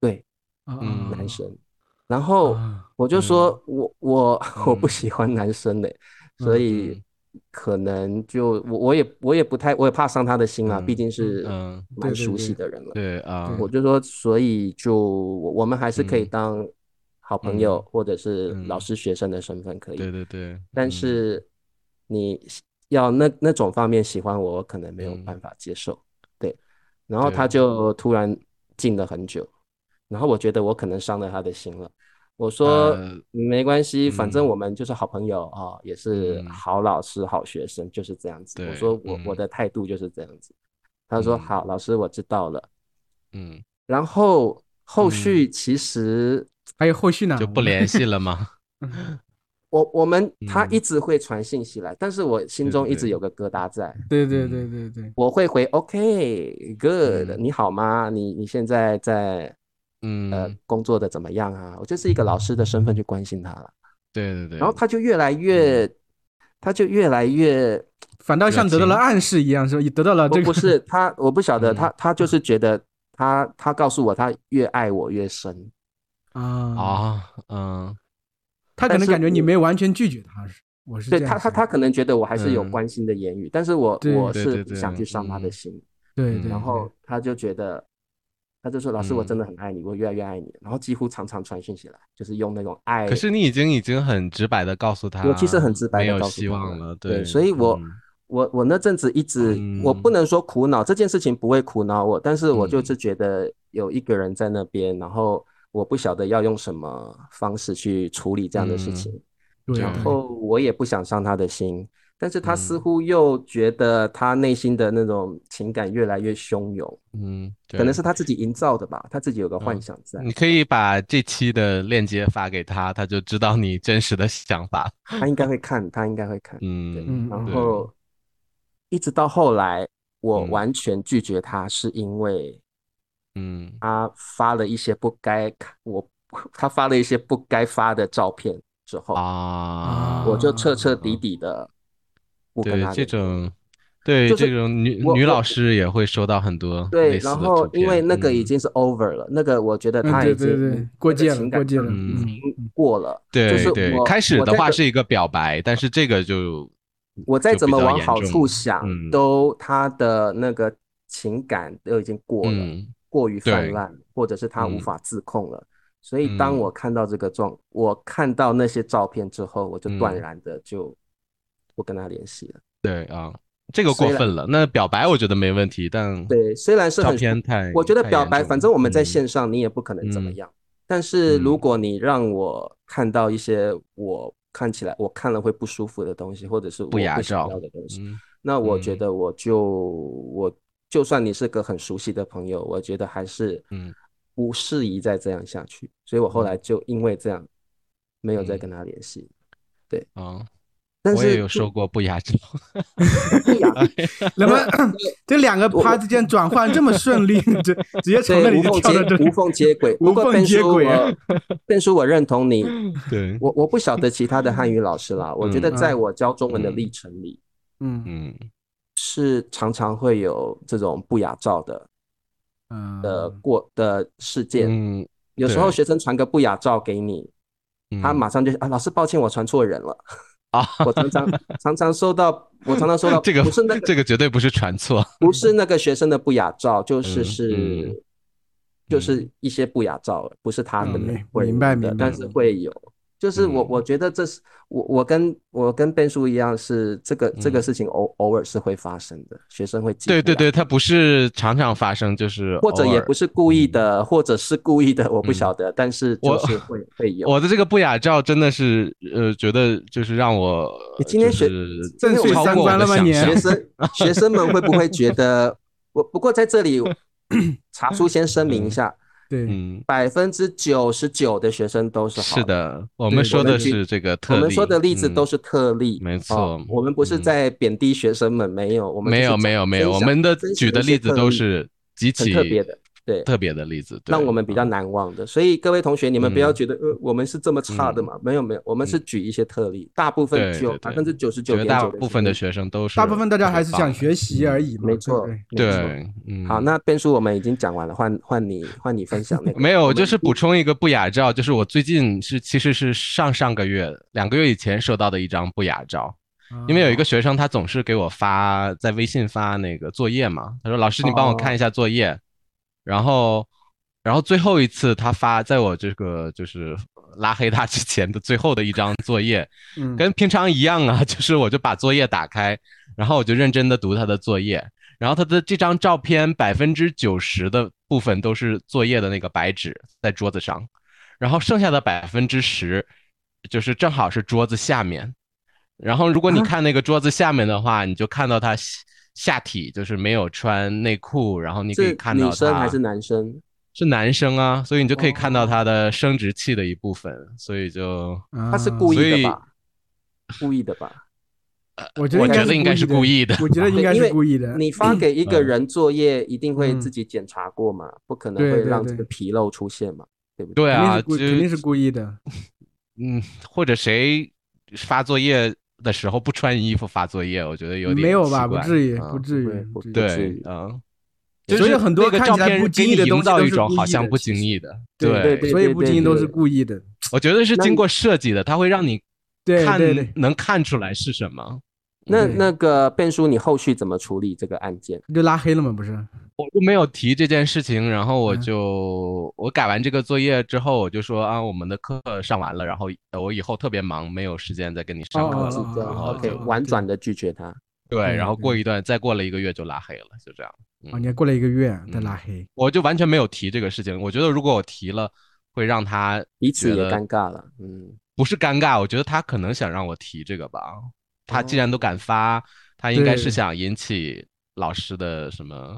对
啊啊
嗯
男生。然后
啊
我就说我我我不
嗯
喜欢男生嘞，所
嗯
以可能就我我也我也不太我也怕伤他的心啦，毕
嗯
竟是
嗯
对
蛮
对
熟悉
对
的人了。
对啊
对
我就说，所以就我我们还是可以
嗯
当好朋友，
嗯
或者是老
嗯
师、学生的身份可以，
对对对，
但
嗯
是你喜要那那种方面喜欢我，我可能没有
嗯
办法接受。对，然后他
对
就突然静了很久，然后我觉得我可能伤了他的心了。我说
呃
没关系，反
嗯
正我们就是好朋友啊、也是
嗯
好老师、好学生，就是这样子。我
对
说我我
嗯
的态度就是这样子。他说
嗯
好，老师我知道了。
嗯
然后后
嗯
续其实
还有后续
啊
呢？
就不联系了吗？
我我们他
嗯
一直会传信息来，但是我心
对
中一
对
直有个疙瘩在，
对对对
嗯
对对，
我会回 OK good，、
嗯
你好吗？你你现在在 呃
嗯，
工作的怎么样啊？我就是一个老师的身份去关心他了，
对对嗯对。
然后他就越来越，他就越来越，
啊
反倒像得到了暗示一样，是吧？也得到了
我
这
不
个，
是他，我不晓得
嗯
他，他就是觉得他他告诉我他越爱我越深，
啊，
啊，嗯，
他可
但
能
是
感觉你
我
没完全拒绝他，是我是
对
这
他
样
他
想
他可能觉得我还是有
嗯
关心的言语，但是我
对
我
对
是
对
不
对
想去伤他的
嗯
心。
对
嗯嗯
对，
然
对
后他就觉得，他就说：“老师，我真的很爱你，我越来越爱你。”然后几乎常常传讯息来，就是用那种爱。
可是你已经已经很直白的告诉他，
我其实很直白
没
的
有
告诉
希
他
望
了
了，
对所以我我我那阵子一直，我不
嗯
能说苦恼这件事情不会苦恼我，但是我就
嗯
是觉得有一个人在那边，然后我不晓得要用什么方式去处理这样的事
嗯
情，
对，
然
对
后我也不想伤他的心，但是他似
嗯
乎又觉得他内心的那种情感越来越汹涌，
嗯，
可能
对
是他自己营造的吧，他自己有个幻
嗯
想在。
你可以把这期的链接发给他，他就知道你真实的想法。
他应该会看，他应该会看。
嗯，
嗯
然
嗯
对
后一直到后来，我
嗯
完全拒绝他，是因为
嗯，
他发了一些不该看我，他发了一些不该发的照片之后，
啊，
我就彻彻底底的不跟
对
他
这
联络
种，对
就是
这种女
我
女
我
老师也会收到很多
对，
类似
然
的
后
图
因为
片
那个已
嗯
经是 over 了，那个我觉得
嗯
他
对
已
对对
经
过
那个
界了
情
过
感
界
上
了
已
嗯
经过了，就
对
是
对，
我
开始
我
的
这
话
个
是一个表白，但是这个就
我再
就
怎
比
么
较
往
严
好
重
处
了
想，
嗯
都他的那个情感都已经过了，
嗯
过于泛
对
滥，或者是他无
嗯
法自控了。所以当
嗯
我看到这个状，我看到那些照片之后，我就断
嗯
然的就不跟他联系了。
对啊，这个过
虽然
分了。那表白我觉得没问题，但
对，虽然是
照
很，
片太
我觉得
太
表
严
白，
重
反
了
正我们在
嗯
线上，你也不可能怎么
嗯
样。但是如
嗯
果你让我看到一些我看起来我看了会不舒服的东西，或者是我
不雅
不想
照
要的东西，
嗯
那我觉
嗯
得我就我就算你是个很熟悉的朋友，我觉得还是
嗯
不适宜再这样下去，所以我后来
嗯
就因为这样没有再
嗯
跟他联系。
啊，
但
我也
是
有
就
收过不 雅照，
对
啊
呀，
那么这两个趴之间转换这么顺利，直直接从那
对
里
无
就
缝
跳到这
接
里
无，缝接轨。
无
不过
缝
Ben
接
叔
轨啊
我 Ben 叔我认同你，
对，
我我不晓得其他的汉语老师 啦，我觉得
嗯
在
嗯
我教中文的
嗯
历程里，
嗯
嗯
是常常会有这种不雅照的
嗯
的过的事件。
嗯
有时候
对
学生传个不雅照给你，他
嗯
马上就啊，老师抱歉，我传错人了。
啊，
我常常常常收到，我常常收到，
这个嗯
不是那个
这个绝对不是传错，
不是那个学生的不雅照，就是
嗯
是
嗯
就是一些不雅照，不是他
嗯
本
明
人会
明白
有的
明白
但是会有。就是我
嗯
我觉得这是我我跟我跟Ben 叔一样，是这个这个
嗯
事情偶偶尔是会发生的，学生会记
对对
不雅
对，它不是常常发生，就是
或者
偶
也
尔
不是故意的，或者是故意的，我不
嗯
晓得，但是就
我
是会会 有。
我的这个不雅照真的是，呃，觉得就是让我
你今天
就
学
是
今
正
天我
睡
超
三
过我
观
的
了吗
想
你
象
学生学生们会不会觉得 我？不过在这里， 查叔先声明一下，
对
嗯，
百分之九十九的学生都是好
是
的。
的，我
对我
们说
们
的
举
是这个特
我
例，
们说的例子都
嗯
是特例，
没
哦
错
我们不是
嗯
在贬低学生们，没有，我们
没有没有没有，我们的举的例子都
是
是极
很
其
特别的，对，
特别的例子，对
让我们比较难忘的。所以各位同学，你们不要
嗯
觉得呃我们是这么差的嘛？没有没有，我们是举一些特例，大部分
对
九
对
百
对
分之九十九
绝
点
大
九
部分的
生
学生都是
大部分大家
特别
还是想
棒的
学习而已嘛，
没错
对
没错。
对，嗯，
好，那边叔我们已经讲完了，换换你换你分享那 个
没有，
我
就
们
是补充一个不雅照，就是我最近是其实是上上个月两个月以前收到的一张不雅照，
对
因为
哦
有一个学生他总是给我发在微信发那个作业嘛，他说老师你
哦
帮我看一下作业，然后然后最后一次他发在我这个就是拉黑他之前的最后的一张作业，
嗯
跟平常一样啊， 就是我就把作业打开，然后我就认真的读他的作业，然后他的这张照片百分之九十的部分都是作业的那个白纸在桌子上，然后剩下的百分之十就是正好是桌子下面，然后如果你
啊
看那个桌子下面的话，你就看到他下下体就是没有穿内裤，然后你可以
是
看到
女生还
他
是男生？
是男生啊，所以你就可以看到他的生殖器的一部分，所以就
他
他是故
意
意
嗯
的
所
吧？故意的吧？
我觉
我觉
得
得应该是故意的
的，我觉得应该
因
是
为
故意的。
你发给一个
嗯
人作业，一定会
嗯
自己检查过嘛，不可能
对
会
对
让这
对
个纰漏出现嘛，对不对？
对
肯定
啊，
是故
就
肯定是故意的，
嗯，或者谁发作业的时候不穿衣服发作业，我觉得有点
没有吧？
奇
不
怪
至于，
啊
不至
不
于
会，
不
不
至于。
至
对
于，
嗯，
所
就是
以很多
那个
看
照
起来
片
不经
给
意
你
的东
营
西
造
都
一
是
种
故
好
意
像
的
不
其
经
实
意的，
对
对对
所以不经意都是故意的。
我觉得是
那
经
你
过设计的，它会让你
对
看
对对，
能看出来是什么。
那
对
那个变叔，你后续怎么处理这个案件？
就拉黑了嘛，不是？
我就没有提这件事情，然后我
嗯
就我改完这个作业之后，我就说啊，我们的课上完了，然后呃我以后特别忙，没有时间再跟你上
哦
课
哦
了。
哦嗯
知道
哦
，OK，
哦
婉
对
转的拒绝他。
对，
对
然后
对
过一段，再过了一个月就拉黑了，就这样。嗯
啊，你还过了一个月再拉黑，
我就完全没有提这个事情。我觉得如果我提了，会让他
彼此
觉
也
得
尴尬了，嗯，
不是尴尬，我觉得他可能想让我提这个吧。他既
哦
然都敢发，他应该是
对
想引起老师的什么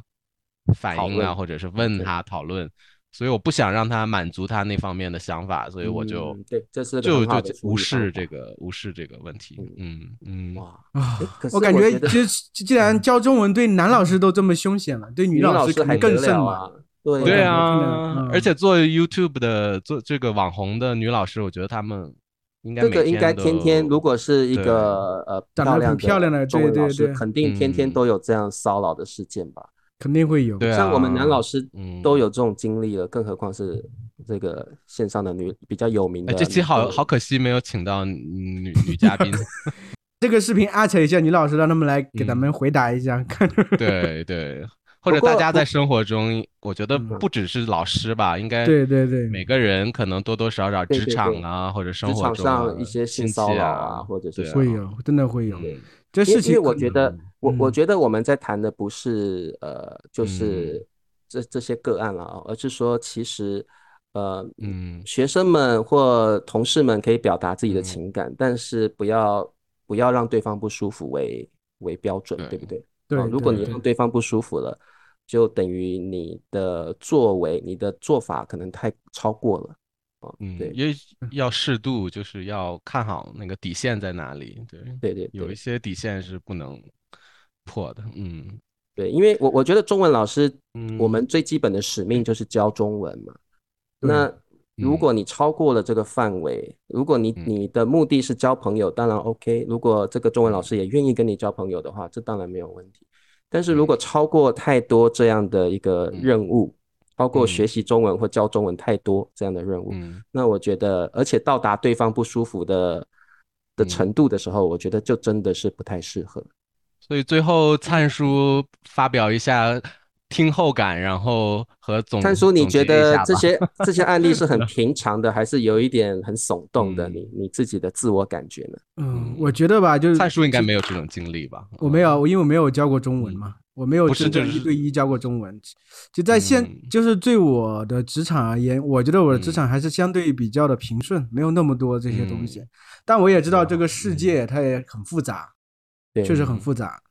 反
讨
应啊，
论
或者是问
对
他讨论。所以我不想让他满足他那方面的想法，所以我就
嗯对这是个
就
很好
就
的处
无
理方
视
法
这个无视这个问题。嗯嗯，
哇，
啊
诶可是
我感觉
得
这 既然教中文对男老师都这么凶险了，对
女
女
老
师肯
还
定更
得
甚
了
嘛。
啊，对
对
啊
啊
我看到，嗯
而且做 YouTube 的做这个网红的女老师，我觉得她们应该
这个
每
应该天天，
都
如果是一
对
个呃
长得
漂
很
亮
漂亮的
中
对
文老
对
师，
对
肯定天天
嗯
都有这样骚扰的事件吧？
肯定会有。
对啊
像我们男老师
嗯
都有这种经历了，更何况是这个线上的女比较有名
哎，
的女歌
这
手。
期好好可惜没有请到女女嘉 宾，
这个视频艾特一下女老师，让他们来给咱
嗯
们回答一下，看
对对，或者
不过
大家
不
在生活中，我觉得
嗯
不只是老师吧，应该
对对对
每个人可能多多少少
对
职
对
场
对
啊或者生
职
活
场
中
上
啊
一些性
亲
骚
戚
扰
啊
啊或者是
对
什
啊
么
会有，真的会有。
嗯
这
因为
事
因为
情
我
可
觉得啊
嗯，
我我
嗯
觉得我们在谈的不是呃，就是这这些个案了啊，而是说其实呃，
嗯
学生们或同事们可以表达自己的
嗯
情感，但是不要不要让对方不舒服为为标准，对不对？
对
啊，，如果
对
你
对
让对方不舒服了，就等于你的作为、你的做法可能太超过了。啊，
嗯，
对
也要适度，就是要看好那个底线在哪里，对。
对对
有
对
一些底线是不能破的，嗯
对，因为我我觉得中文老师，我
嗯
们最基本的使命就是教中文嘛。
对
那如
嗯
果你超过了这个范围，如果你
嗯
你的目的是交朋友，当然 OK。如果这个中文老师也愿意跟你交朋友的话，这当然没有问题。但是如果超过太多这样的一个
嗯
任务，包括
嗯
学习中文或教中文太多这样的任务，
嗯
那我觉得，而且到达对方不舒服的的
嗯
程度的时候，我觉得就真的是不太适合。
所以最后灿叔发表一下听后感，然后和总
灿叔，
嗯
你
总结
觉
一
得
下
这
吧
些 这些案例是很平常的，还是有一点很耸动的？
嗯
你你自己的自我感觉呢？
嗯，我觉得吧，就是
灿叔应该没有这种经历吧？
我没有，
嗯
因为我没有教过中文嘛，我没有
不是
真正
就是
一对一教过中文。就在现，
嗯
就是对我的职场而言，我觉得我的职
嗯
场还是相对比较的平顺，没有那么多这些东西
嗯。
但我也知道这
啊
个世
嗯
界它也很复杂，
对，
确实很复杂。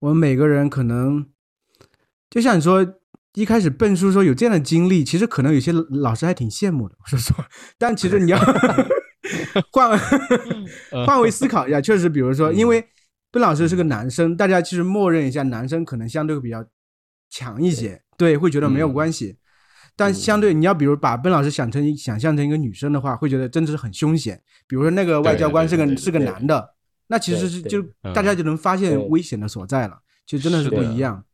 我们每个人可能，就像你说一开始笨叔说有这样的经历，其实可能有些老师还挺羡慕的。我是说，但其实你要换
嗯
换位思考一下，确实，比如说，因
嗯
为笨老师是个男生，大家其实默认一下，男生可能相对会比较强一些，对，会觉得没有
嗯
关系。但相对你要比如把笨老师想成一想象成一个女生的话，会觉得真的是很凶险。比如说那个外
对
交
对
官
对
是个
对
是个
对
男的，那其实
对
是
对
就大家
嗯
就能发
对
现危险的所在了，其实真的
是
是不
的
一样。
对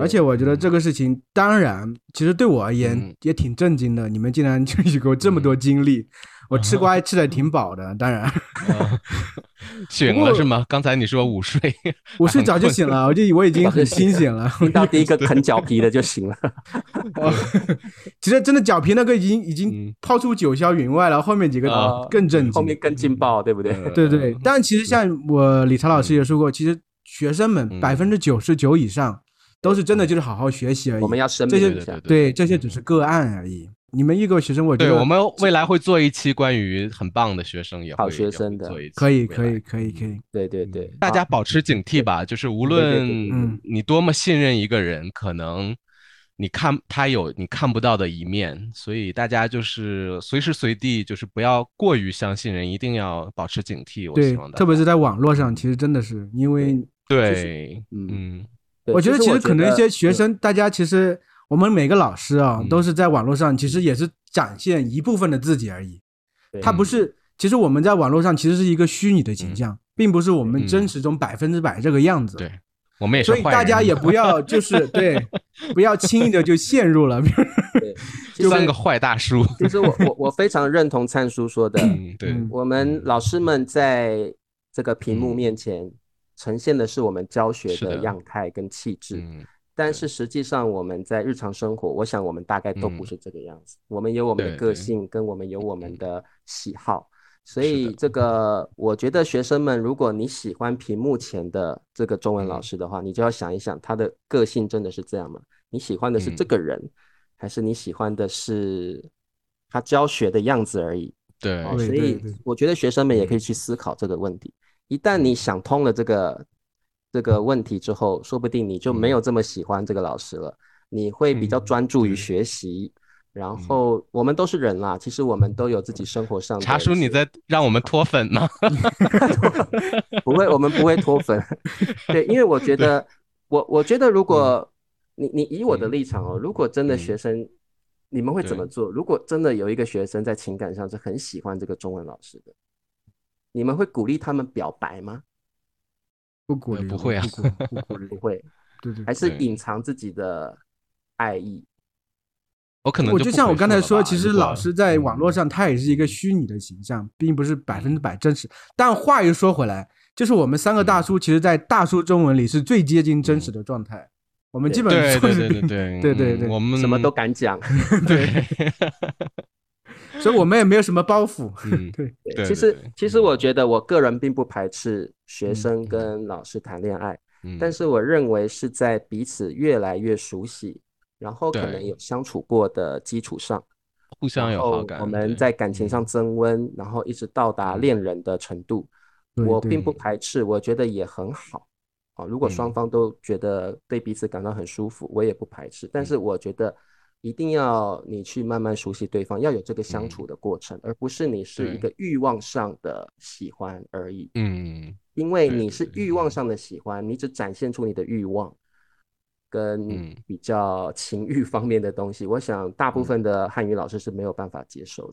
而且我觉得
嗯
这个事情，当然，其实对我而言
嗯
也挺震惊的。你们竟然就有这么多经历，我
嗯
吃瓜吃的挺饱的。当 然，
啊醒
不
了
过
是吗？刚才你说午睡，
我睡早就醒了，我就我已 经很清醒了。
嗯
听到第一个啃脚皮的就行 了。
我 其实真的脚皮那个已经已经
嗯
抛出九霄云外了，后面几
啊
个更震
后
惊。
面更劲爆，对不对？
呃
对对，但其实像我理查老师也说过，其实学生们
嗯
百分之九十九以上都是真的就是好好学习而已。
我们要声
这
明
些
一
对
下
对，
对这些只是个案而已。你们一个学生，我觉
对，
得
我们未来会做一期关于很棒的学生，也
好
会
学
也会
生的
做一期
可以
未
可以
来嗯
可以可以，
对对对，
大家
好
保持警惕吧，就是无
对对对
论
嗯
你多么信任一个人，可能你看他有你看不到的一面，所以大家就是随时随地就是不要过于相信人，一定要保持警惕。我
对
希望，大
特别
家嗯
是在网络上，其实真的是因为
对，
嗯
嗯，
对
我觉得其实可能一些学，
我
生，大家其实我们每个老师啊
嗯，
都是在网络上，其实也是展现一部分的自己而已。
对
他不是，其实我们在网络上其实是一个虚拟的
嗯
形象，并不是我们
嗯
真实中百分之百这个样子。
对，我们也是
所
坏
以
人，啊
大家也不 要就是对，不要轻易的就陷入了。比
嗯
如
对其实
三个坏大叔。
其实我我我非常认同灿叔说的，
嗯，对，
嗯
我们老师们在这个屏幕面前呈现的是我们教学
嗯是的
的样态跟气质，
嗯，
但是实际上我们在日常生活，我想我们大概都不
嗯
是这个样子。我们有我们的
对
个
对
性，跟我们有我们
嗯
的喜好，所
是
以
的
这个我觉得学生们，如果你喜欢屏幕前的这个中文老
嗯
师的话，你就要想一想他的个性真的是这样吗？你喜欢的是这
嗯
个人，还是你喜欢的是他教学的样子而已？
对，
哦，
对
所以
对
我觉得学生们也可以
嗯
去思考这个问题。一旦你想通了这个这个问题之后，说不定你就没有这么喜欢这个老师了，你会比较
嗯
专注于
对
学习。然后我们都是人啦，其实我们都有自己生活上的
茶
一
叔，你
些
在让我们脱粉吗？
不会，我们不会脱粉。 对，因为我觉得，我我觉得，如果你你以我的
嗯
立场哦，如果真的
嗯
学生，你们会怎么
对
做？如果真的有一个学生在情感上是很喜欢这个中文老师的，你们会鼓励他们表白吗？
不鼓
呃
励，
不会啊
不鼓不鼓励
不，会，
对对
还。是
对
隐藏自己的爱意？
我可能
我
就
就
不
像
回
我刚
复
才
了
说，
吧
其
如
实
果
老师在网络
嗯
上他也是一个虚拟的形象，并不是百分之百真实。但话又说回来，就是我们三个大
嗯
叔，其实，在大叔中文里是最接近真实的状态。我们基本
对
上就
对
是
对对
对
对
对
嗯
对
我们
什么都敢讲。
对，
所以我们也没有什么包袱。
嗯，
对，
对
其
对
实
对，嗯
其实我觉得我个人并不排斥学
嗯
生跟老师谈恋爱。
嗯
但是我认为是在彼此越来越熟悉，然后可能
对
有相处过的基础上，
互相
然
有好
后
感，
我们
对
在感情上
嗯
增温，然后一直到达
嗯
恋人的程度，
对
我
对
并不排斥，我觉得也很好。啊，如果双
嗯
方都觉得对彼此感到很舒服，我也不排斥。
嗯
但是我觉得一定要你去慢慢熟悉对方，要有这个相
嗯
处的过程，而不是你是一
对
个欲望上的喜欢而已。
嗯
因为
对
你
对
是
对
欲望上的喜欢，你只展现出你的欲望跟
嗯
比较情欲方面的东西，我想大部分的汉语老师是没有办法接受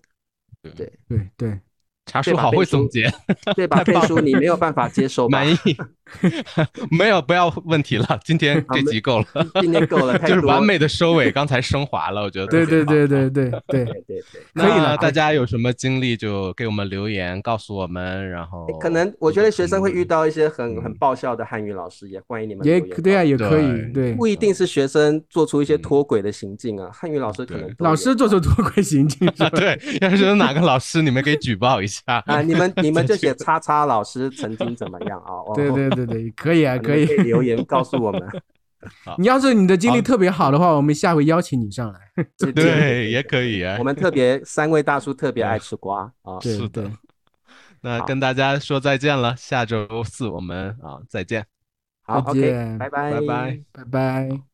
的，
对对，
茶
对
叔
吧
好
贝
会
叔
总结，
对吧？
太
佩
棒
叔，
了
你没有办法接 受吧
满？意， 没有不要问题了，今天
好
这
没
集够了，
今天够 了，太
就是
多
完美的收尾，刚才升华了，我觉得
对
特别
对
棒
对对 对对
对对对。
可以了
那
可
大
以
家有什么经历就给我们留言，告诉我们，然后
可能我觉得学生会遇到一些很
嗯
很爆笑的汉语老师，也欢迎你们
也
留言
对啊，
告
也可以
对
对。
不一定是学生做出一些
嗯
脱轨的行径啊，汉语老师可能
对
都
老
有
师做出多轨行径是
啊，
吧？
对，要是有哪个老师，你们给举报一下
啊，你们 你们就写叉叉老师曾经怎么样啊？哦
对对对对，可以啊，
你们
可以
可。以留言告诉我们。
你要是你的经历
好
特别好的话，我们下回邀请你上来。
对
对，也可以啊
我。们特别三位大叔特别爱吃瓜啊，
对
是的
对，
那
好
跟大家说再见了，下周四我们啊再见，
好
再
，OK，
见
拜拜，
拜拜。
拜拜。